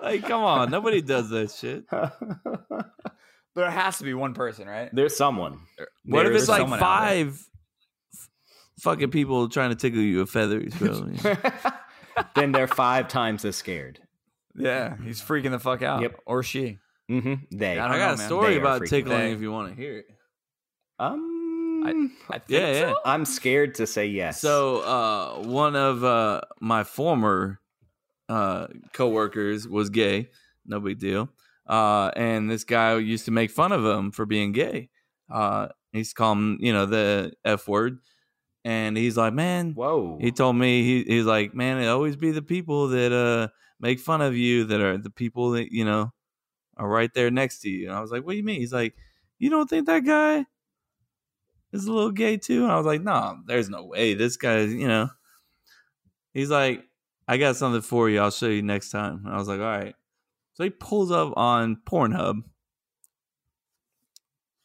A: no!" like, come on, Oh, nobody does that shit.
C: There has to be one person, right?
B: There's someone.
A: What if
C: There's
A: it's like
C: someone out there.
A: five f- fucking people trying to tickle you with feathers, bro?
B: then they're five times as scared.
C: Yeah, he's freaking the fuck out.
B: Yep.
C: Or she.
B: hmm They.
C: I
A: I,
C: don't
A: got
C: know,
A: a
C: man.
A: story
B: They are
A: about
B: freaking
A: tickling
C: big.
A: if you want to hear it.
B: Um,
C: I think
A: Yeah, yeah.
B: I'm scared to say yes.
A: So uh, one of uh, my former uh, coworkers was gay. No big deal. Uh, and this guy used to make fun of him for being gay. Uh, he used to call him, you know, the F word. And he's like, man,
B: whoa.
A: he told me he, he's like, man, it always be the people that uh make fun of you that are the people that you know are right there next to you. And I was like, what do you mean? He's like, you don't think that guy is a little gay too? And I was like, no, there's no way. This guy, is, you know, he's like, I got something for you. I'll show you next time. And I was like, all right. So he pulls up on Pornhub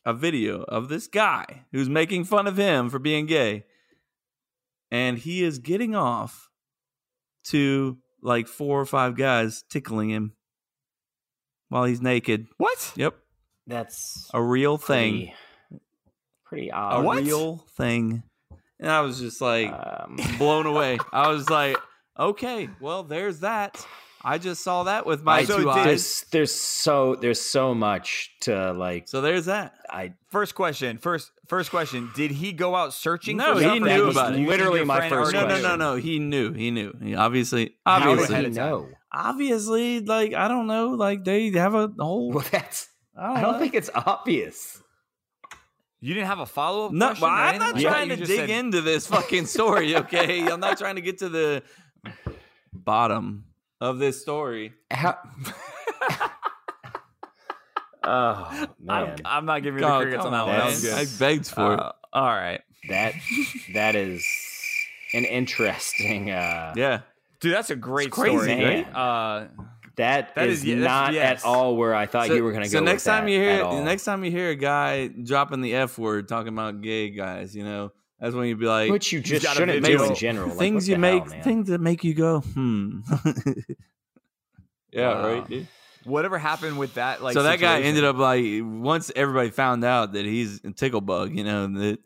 A: a video of this guy who's making fun of him for being gay and he is getting off to like four or five guys tickling him while he's naked.
C: What?
A: Yep,
B: That's
A: a real thing,
B: pretty, pretty
A: a
B: odd.
C: what?
A: real thing. And I was just like
B: Um,
A: blown away. I was like, okay, well, there's that. I just saw that with my
C: I- so
A: two
C: did-
A: eyes.
B: there's there's so there's so much to like.
A: So there's that.
B: I
C: First question. First first question. Did he go out searching?
A: No,
C: for
A: he
C: something?
A: knew
C: That was
A: about it.
C: you and
B: Literally
C: your
B: my
C: friend
B: first
C: already
A: No, no,
C: knew.
A: no, no. He knew. He knew. He obviously,
B: how
A: obviously,
B: did
C: ahead
B: he
C: of time.
B: know?
A: obviously. Like I don't know. Like they have a whole.
B: Well, that's.
A: I
B: I
A: don't
B: don't
A: know.
B: think it's obvious.
C: You didn't have a follow up
A: No,
C: question?
A: well,
C: or
A: I'm
C: anything
A: not
C: like that?
A: trying
C: You
A: to
C: just
A: dig
C: said-
A: into this fucking story, okay? I'm not trying to get to the bottom of this story.
B: How? oh man,
C: I'm, I'm not giving you the
A: God,
C: crickets
A: come
C: on that
A: on,
C: one. That
A: man.
C: was
A: I
C: good.
A: begged for
C: Uh, all right.
B: that that is an interesting. Uh,
A: it. Yeah.
C: Dude, that's a great
B: It's crazy,
C: story.
B: right?
C: Uh,
B: that
C: That
B: is,
C: is ye- that's
B: not
C: yes.
B: at all where I thought
A: so,
B: you were going to
A: so
B: go.
A: next
B: with
A: time
B: that
A: you
B: at
A: hear
B: all.
A: next time you hear a guy dropping the F word talking about gay guys, you know, that's when you'd be like
B: which you just
C: gotta
B: shouldn't
A: make
B: do in
A: it-
B: general. Like,
A: things
B: what
A: you
B: the hell,
A: make
B: man?
A: things that make you go, hmm. yeah,
C: Wow.
A: right, dude.
C: whatever happened with that, like
A: so that guy
C: situation-
A: ended up like once everybody found out that he's a tickle bug, you know, that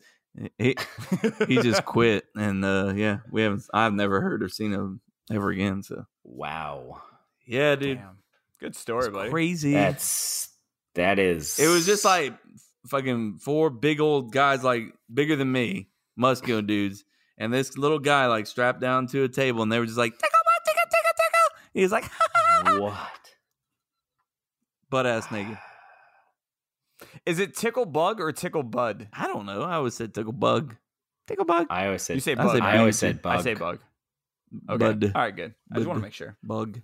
A: he he just quit and uh yeah, we haven't I've never heard or seen him ever again. So
B: Wow.
A: Yeah, dude.
C: Damn. Good story, buddy.
A: Crazy.
B: That's that is
A: It was just like fucking four big old guys, like bigger than me, muscular dudes, and this little guy like strapped down to a table, and they were just like tickle, my tickle, tickle, tickle. He was like
B: what?
A: butt ass naked.
C: Is it tickle bug or tickle bud?
A: I don't know. I always said tickle bug, tickle bug,
B: I always said
C: You say
A: I
C: bug.
A: say
B: I always
A: bug.
B: said bug.
C: I say bug. Okay.
A: bud,
C: All right, good. I just want
A: Bud.
C: to make sure,
A: bug.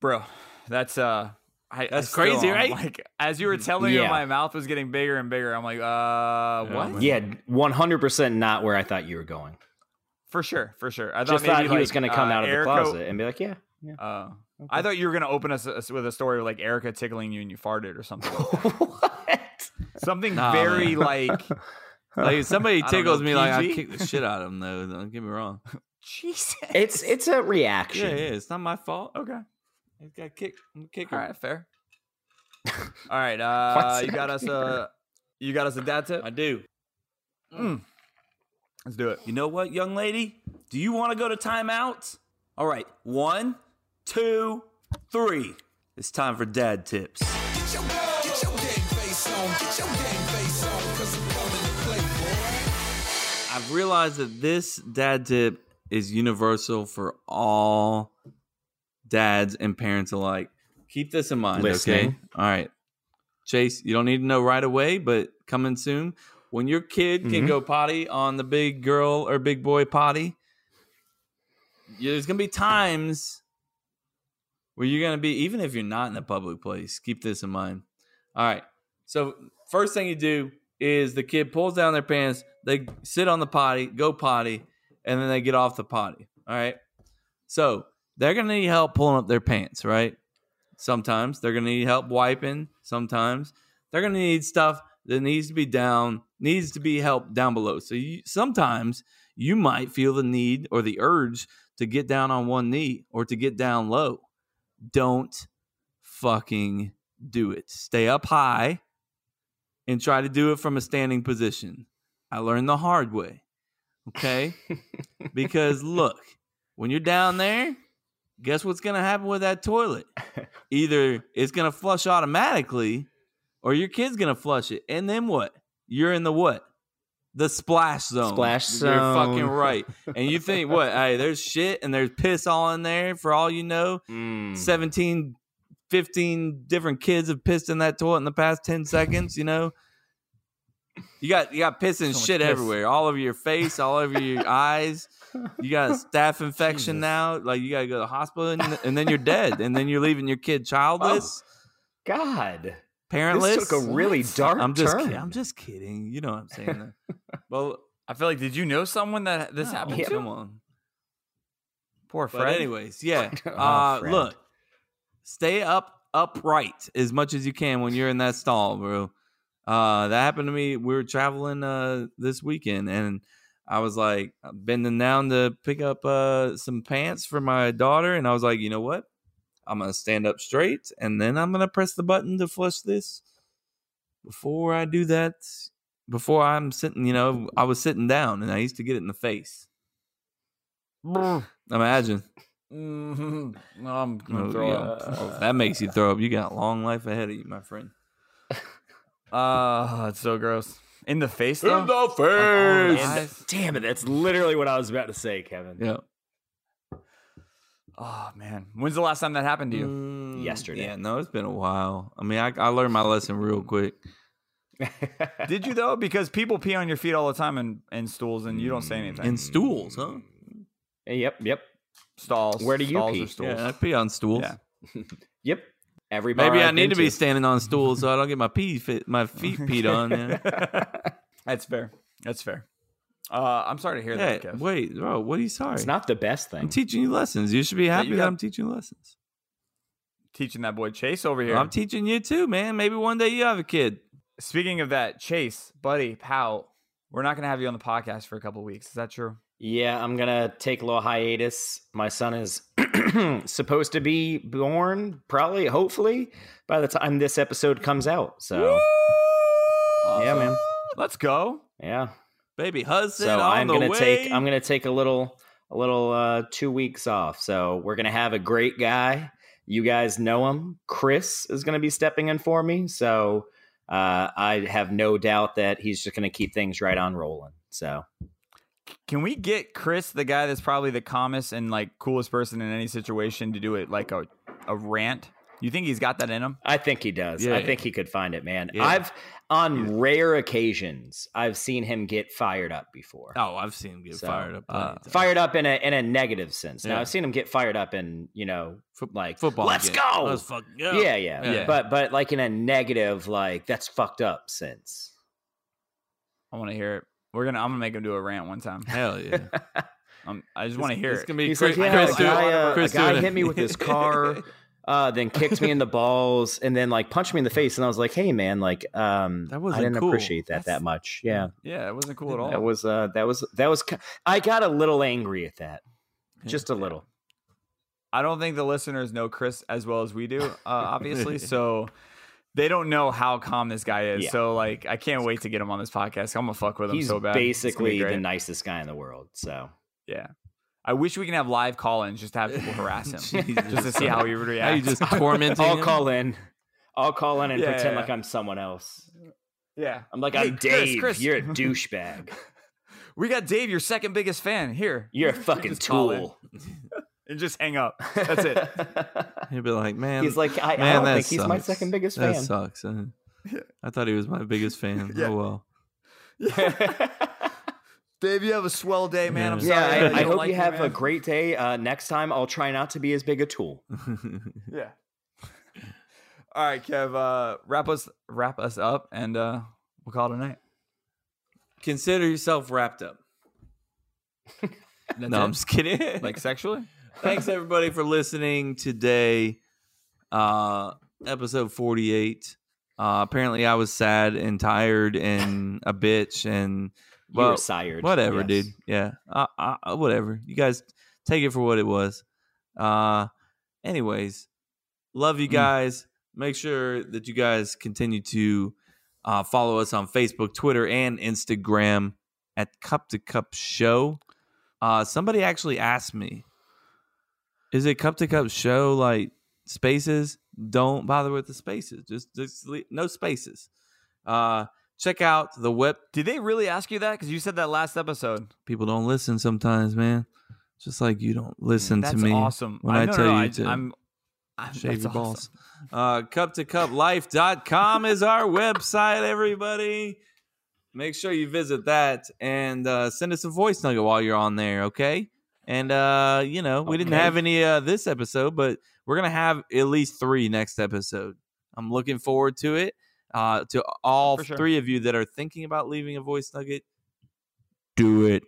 C: bro. That's uh, I, I
A: That's
C: still
A: crazy,
C: am,
A: right?
C: Like as you were telling me,
B: Mm, Yeah.
C: my mouth was getting bigger and bigger. I'm like, uh, what?
A: man.
B: Yeah, one hundred percent not where I thought you were going.
C: For sure, for sure. I thought
B: Just
C: maybe,
B: thought he was
C: like,
B: going to come
C: uh,
B: out of the
C: Erica-
B: closet and be like, "Yeah, yeah."
C: Oh. I thought you were going to open us us with a story of like Erica tickling you and you farted or something. like that.
B: what?
C: something
A: Nah,
C: very like
A: Like if somebody
C: I don't
A: tickles
C: know,
A: me, like I
C: PG?
A: kick the shit out of them. Though, don't get me wrong.
C: Jesus.
B: It's it's a
A: Yeah,
B: reaction.
A: yeah, it's not my fault.
C: Okay.
A: I got kicked. I'm a kicker.
C: All right, fair. All right, uh,
B: What's
C: you got us uh, a you got us a dad tip.
A: I do.
C: Let's do it.
A: You know what, young lady? Do you want to go to timeout? All right, one, two, three. It's time for dad tips. I've realized that this dad tip is universal for all dads and parents alike. Keep this in mind, okay?
B: Listening.
A: All right. Chase, you don't need to know right away, but coming soon. When your kid can go potty on the big girl or big boy potty, you- there's going to be times where you're going to be, even if you're not in a public place, keep this in mind. All right. So, first thing you do is the kid pulls down their pants, they sit on the potty, go potty, and then they get off the potty. All right. So, they're going to need help pulling up their pants, right? Sometimes they're going to need help wiping. Sometimes they're going to need stuff that needs to be down, needs to be help down below. So you, sometimes you might feel the need or the urge to get down on one knee or to get down low. Don't fucking do it. Stay up high and try to do it from a standing position. I learned the hard way. Okay? because look, when you're down there, guess what's going to happen with that toilet? Either it's going to flush automatically or your kid's going to flush it. And then what? You're in the what? The splash zone.
B: Splash
A: You're fucking
B: zone.
A: right. And you think what? Hey, there's shit and there's piss all in there for all you know.
B: Mm.
A: 17 15 different kids have pissed in that toilet in the past 10 seconds you know you got you got piss and
C: So much
A: shit
C: piss.
A: everywhere all over your face all over your eyes you got a staph infection
C: Jesus.
A: now like you got to go to the hospital and, and then you're dead and then you're leaving your kid childless
B: God,
A: parentless
B: this took a really dark
A: i'm just
B: turn.
A: kid- i'm just kidding you know what i'm saying well
C: I feel like did you know someone that this
A: no,
C: happened to?
A: come on
C: Poor
A: But
C: Fred.
A: anyways, yeah.
B: Oh,
A: Uh,
B: Fred.
A: look, stay up upright as much as you can when you're in that stall, bro. Uh, that happened to me. We were traveling uh, this weekend, and I was like bending down to pick up uh, some pants for my daughter, and I was like, you know what? I'm gonna stand up straight, and then I'm gonna press the button to flush this. Before I do that, before I'm sitting, you know, I was sitting down, and I used to get it in the face. Imagine.
C: Mhm. No, I'm gonna
A: Oh,
C: throw
A: yeah.
C: up.
A: Oh, that makes you throw up. You got a long life ahead of you, my friend.
C: Oh, it's so gross. In the face though.
B: Like,
C: face.
B: and- damn it, that's literally what I was about to say, Kevin.
A: Yeah.
C: oh man, when's the last time that happened to you?
A: Mm.
B: Mm, Yesterday.
A: Yeah, no, it's been a while. I mean, I, I learned my lesson real quick.
C: Did you though? Because people pee on your feet all the time in, in stools, and you don't say anything.
B: Mm.
A: And stools, huh?
B: yep, yep,
C: stalls.
B: Where do you
C: stalls
B: pee?
C: Or stools.
A: Yeah, I pee on stools.
C: Yeah.
B: yep. Everybody,
A: Maybe I need to be standing on stools so I don't get my pee fit, my feet peed on. Yeah.
C: That's fair. That's fair. Uh, I'm sorry to hear
A: Hey,
C: that, Kev.
A: wait, bro, what are you sorry?
B: It's not the best
A: I'm
B: thing.
A: teaching you lessons. You should be happy
C: you
A: that
C: got-
A: I'm teaching you lessons.
C: Teaching that boy Chase over here.
A: I'm teaching you too, man. Maybe one day you have a kid.
C: Speaking of that, Chase, buddy, pal, we're not gonna have you on the podcast for a couple weeks. Is that true?
B: yeah, I'm gonna take a little hiatus. My son is supposed to be born, probably, hopefully, by the time this episode comes out. So, yeah, man,
C: Let's go.
B: yeah.
A: Baby husband
B: So
A: on
B: I'm
A: the
B: gonna
A: way.
B: take I'm gonna take a little a little uh, two weeks off. So we're gonna have a great guy. You guys know him. Chris is gonna be stepping in for me. So uh, I have no doubt that he's just gonna keep things right on rolling. So
C: Can we get Chris, the guy that's probably the calmest and like coolest person in any situation, to do it like a a rant? You think he's got that in him?
B: I think he does.
C: Yeah.
B: I think he could find it, man.
C: Yeah.
B: I've on rare occasions I've seen him get fired up before.
A: Oh, I've seen him get
B: So,
A: fired up. plenty
B: uh,
A: of times.
B: fired up in a in a negative sense. Now
A: Yeah.
B: I've seen him get fired up in you know like
A: Football.
B: Let's
A: game.
B: go.
A: Let's fucking go.
B: yeah, yeah,
A: Oh, Yeah.
B: But but like in a negative, like that's fucked up sense.
C: I want to hear it. We're gonna. I'm gonna make him do a rant one time.
A: Hell yeah.
C: Um, I just want to hear
A: It's
C: it.
A: gonna be
B: He's
A: Chris.
B: like, yeah,
A: Chris
B: a
A: doing-
B: guy, uh,
A: Chris
B: a guy
A: doing it.
B: hit me with his car, uh, then kicked me in the balls, and then like punched me in the face, and I was like, hey man, like um,
A: That
B: I
A: wasn't
B: didn't
A: cool.
B: appreciate that
C: That's-
B: that much. Yeah.
C: yeah, it wasn't cool at all.
B: That was uh that was that was ki- I got a little angry at that. Just a little.
C: I don't think the listeners know Chris as well as we do, uh, obviously. so they don't know how calm this guy is.
B: Yeah.
C: So like, I can't wait to get him on this podcast. I'm gonna fuck with him
B: He's
C: so bad. It's gonna be
B: basically the
C: great.
B: nicest guy in the world. So
C: yeah. I wish we can have live call-ins just to have people harass him, just to see how he would
A: How you
C: react.
A: just tormenting
B: I'll
A: him?
B: call in. I'll call in and
C: Yeah,
B: pretend
C: yeah.
B: like I'm someone else.
C: yeah,
B: I'm like,
C: Hey,
B: I'm
C: Chris,
B: Dave.
C: Chris."
B: You're a douchebag.
C: we got Dave, your second biggest fan, here,
B: You're a fucking
C: Just call in.
B: tool.
C: and just hang up. That's it.
A: He'd be like, man.
B: He's like, I, I
A: man,
B: don't
A: that
B: think he's my
A: sucks.
B: second biggest
A: that
B: fan.
A: sucks. Uh, I thought he was my biggest fan.
C: Yeah.
A: Oh well.
C: Dave, you have a swell day, man. I'm
A: Yeah.
B: Yeah,
C: sorry.
B: I,
C: don't
B: I hope
C: like
B: you have
C: man.
B: a great day. Uh, next time, I'll try not to be as big a tool.
C: Yeah. All right, Kev. Uh, wrap us wrap us up, and uh, we'll call it a night.
A: Consider yourself wrapped up.
C: That's
A: no,
C: it?
A: I'm just kidding.
C: like sexually.
A: Thanks everybody for listening today. Uh episode 48. Uh apparently I was sad and tired and a bitch and
B: Well, you
A: well
B: were sired.
A: whatever,
B: Yes.
A: dude. Yeah. Uh, uh, uh, whatever. You guys take it for what it was. Uh anyways, love you guys. Make sure that you guys continue to uh, follow us on Facebook, Twitter, and Instagram at Cup to Cup Show. Uh, somebody actually asked me, "Is it Cup to Cup Show like spaces? Don't bother with the spaces. Just, just le- no spaces. Uh, check out the web.
C: Did they really ask you that? Because you said that last episode.
A: People don't listen sometimes, man. Just like you don't listen
C: Mm, That's
A: to me
C: awesome.
A: when
C: I,
A: I,
C: no, no,
A: tell
C: no,
A: you
C: I,
A: to
C: I'm, I'm
A: shave
C: that's
A: your
C: awesome.
A: balls." Uh, cup to cup life.com is our website, everybody. Make sure you visit that and uh, send us a voice nugget while you're on there, okay? And, uh, you know, we didn't
B: Okay.
A: have any uh, this episode, but we're going to have at least three next episode. I'm looking forward to it. Uh, to all
C: For sure.
A: three of you that are thinking about leaving a voice nugget, do it.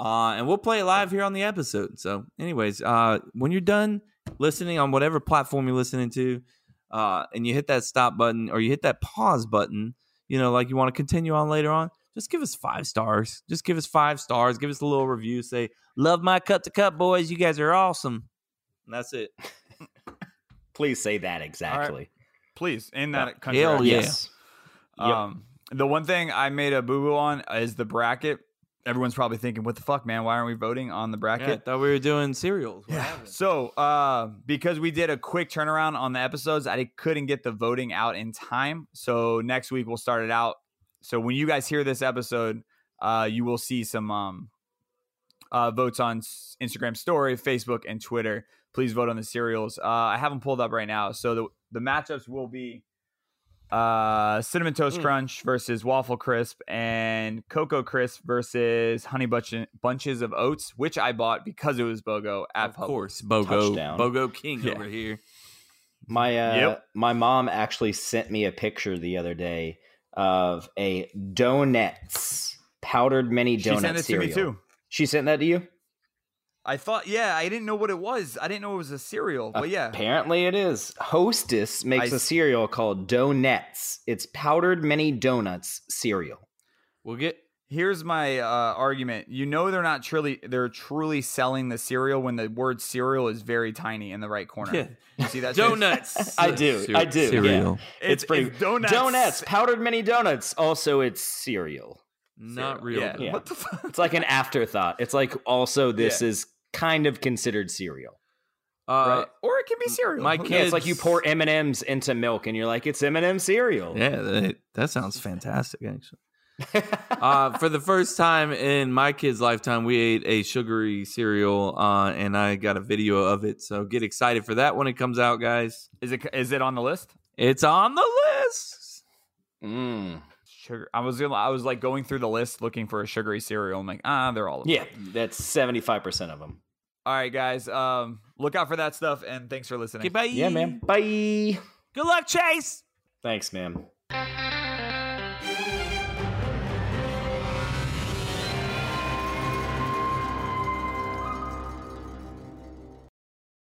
A: Uh, and we'll play it live here on the episode. So, anyways, uh, when you're done listening on whatever platform you're listening to, uh, and you hit that stop button or you hit that pause button, you know, like you want to continue on later on, just give us five stars. Just give us five stars. Give us a little review. Say, love my cup to cup, boys. You guys are awesome. And that's it.
B: Please say that exactly.
C: Please, in that country.
A: Hell yeah.
B: Yes. Yep.
C: Um, the one thing I made a boo boo on is the bracket. Everyone's probably thinking, "What the fuck, man? Why aren't we voting on the bracket?"
A: Yeah, I thought we were doing cereals. What happened?
C: So, uh, because we did a quick turnaround on the episodes, I couldn't get the voting out in time. So next week we'll start it out. So when you guys hear this episode, uh, you will see some um, uh, votes on s- Instagram Story, Facebook, and Twitter. Please vote on the serials. Uh, I have them pulled up right now. So the the matchups will be uh, cinnamon toast
A: Mm.
C: crunch versus waffle crisp and cocoa crisp versus honey bunch- bunches of oats, which I bought because it was BOGO at
A: Of
C: Publix.
A: course, Bogo,
B: Touchdown.
A: Bogo King
C: Yeah.
A: over here.
B: My uh,
C: Yep.
B: my mom actually sent me a picture the other day of a donuts powdered mini
C: She
B: donut
C: sent it
B: cereal.
C: to me too.
B: She sent that to you.
C: I thought, yeah, I didn't know what it was. I didn't know it was a cereal, but yeah,
B: Apparently, it is. Hostess makes
C: I-
B: a cereal called Donuts. It's powdered mini donuts cereal.
A: We'll get
C: Here's my uh, argument. You know they're not truly they're truly selling the cereal when the word cereal is very tiny in the right corner.
A: Yeah.
C: You see that space?
A: donuts.
B: I do, I do, yeah.
A: Cereal.
B: It's pretty-
C: donuts.
B: Donuts, powdered mini donuts. Also, it's cereal.
A: Not real.
B: Yeah.
A: though.
B: What the fuck? It's like an afterthought. It's like also this is kind of considered cereal.
A: Uh,
C: Or it can be cereal.
A: my
C: Who
A: kid-
C: knows?
B: Yeah, it's like you pour M and M's into milk, and you're like, it's M and M cereal.
A: Yeah, that, that sounds fantastic, actually. uh, for the first time in my kid's lifetime, we ate a sugary cereal, uh, and I got a video of it. So get excited for that when it comes out, guys.
C: Is it is it on the list?
A: It's on the list.
B: Mm.
C: Sugar. I was gonna- I was like going through the list looking for a sugary cereal. I'm like, ah, they're all.
B: Yeah, that's seventy five percent of them.
C: All right, guys. Um, look out for that stuff, and thanks for listening.
A: Goodbye.
B: Yeah, man. Bye.
A: Good luck, Chase.
B: Thanks, man.
H: Bye.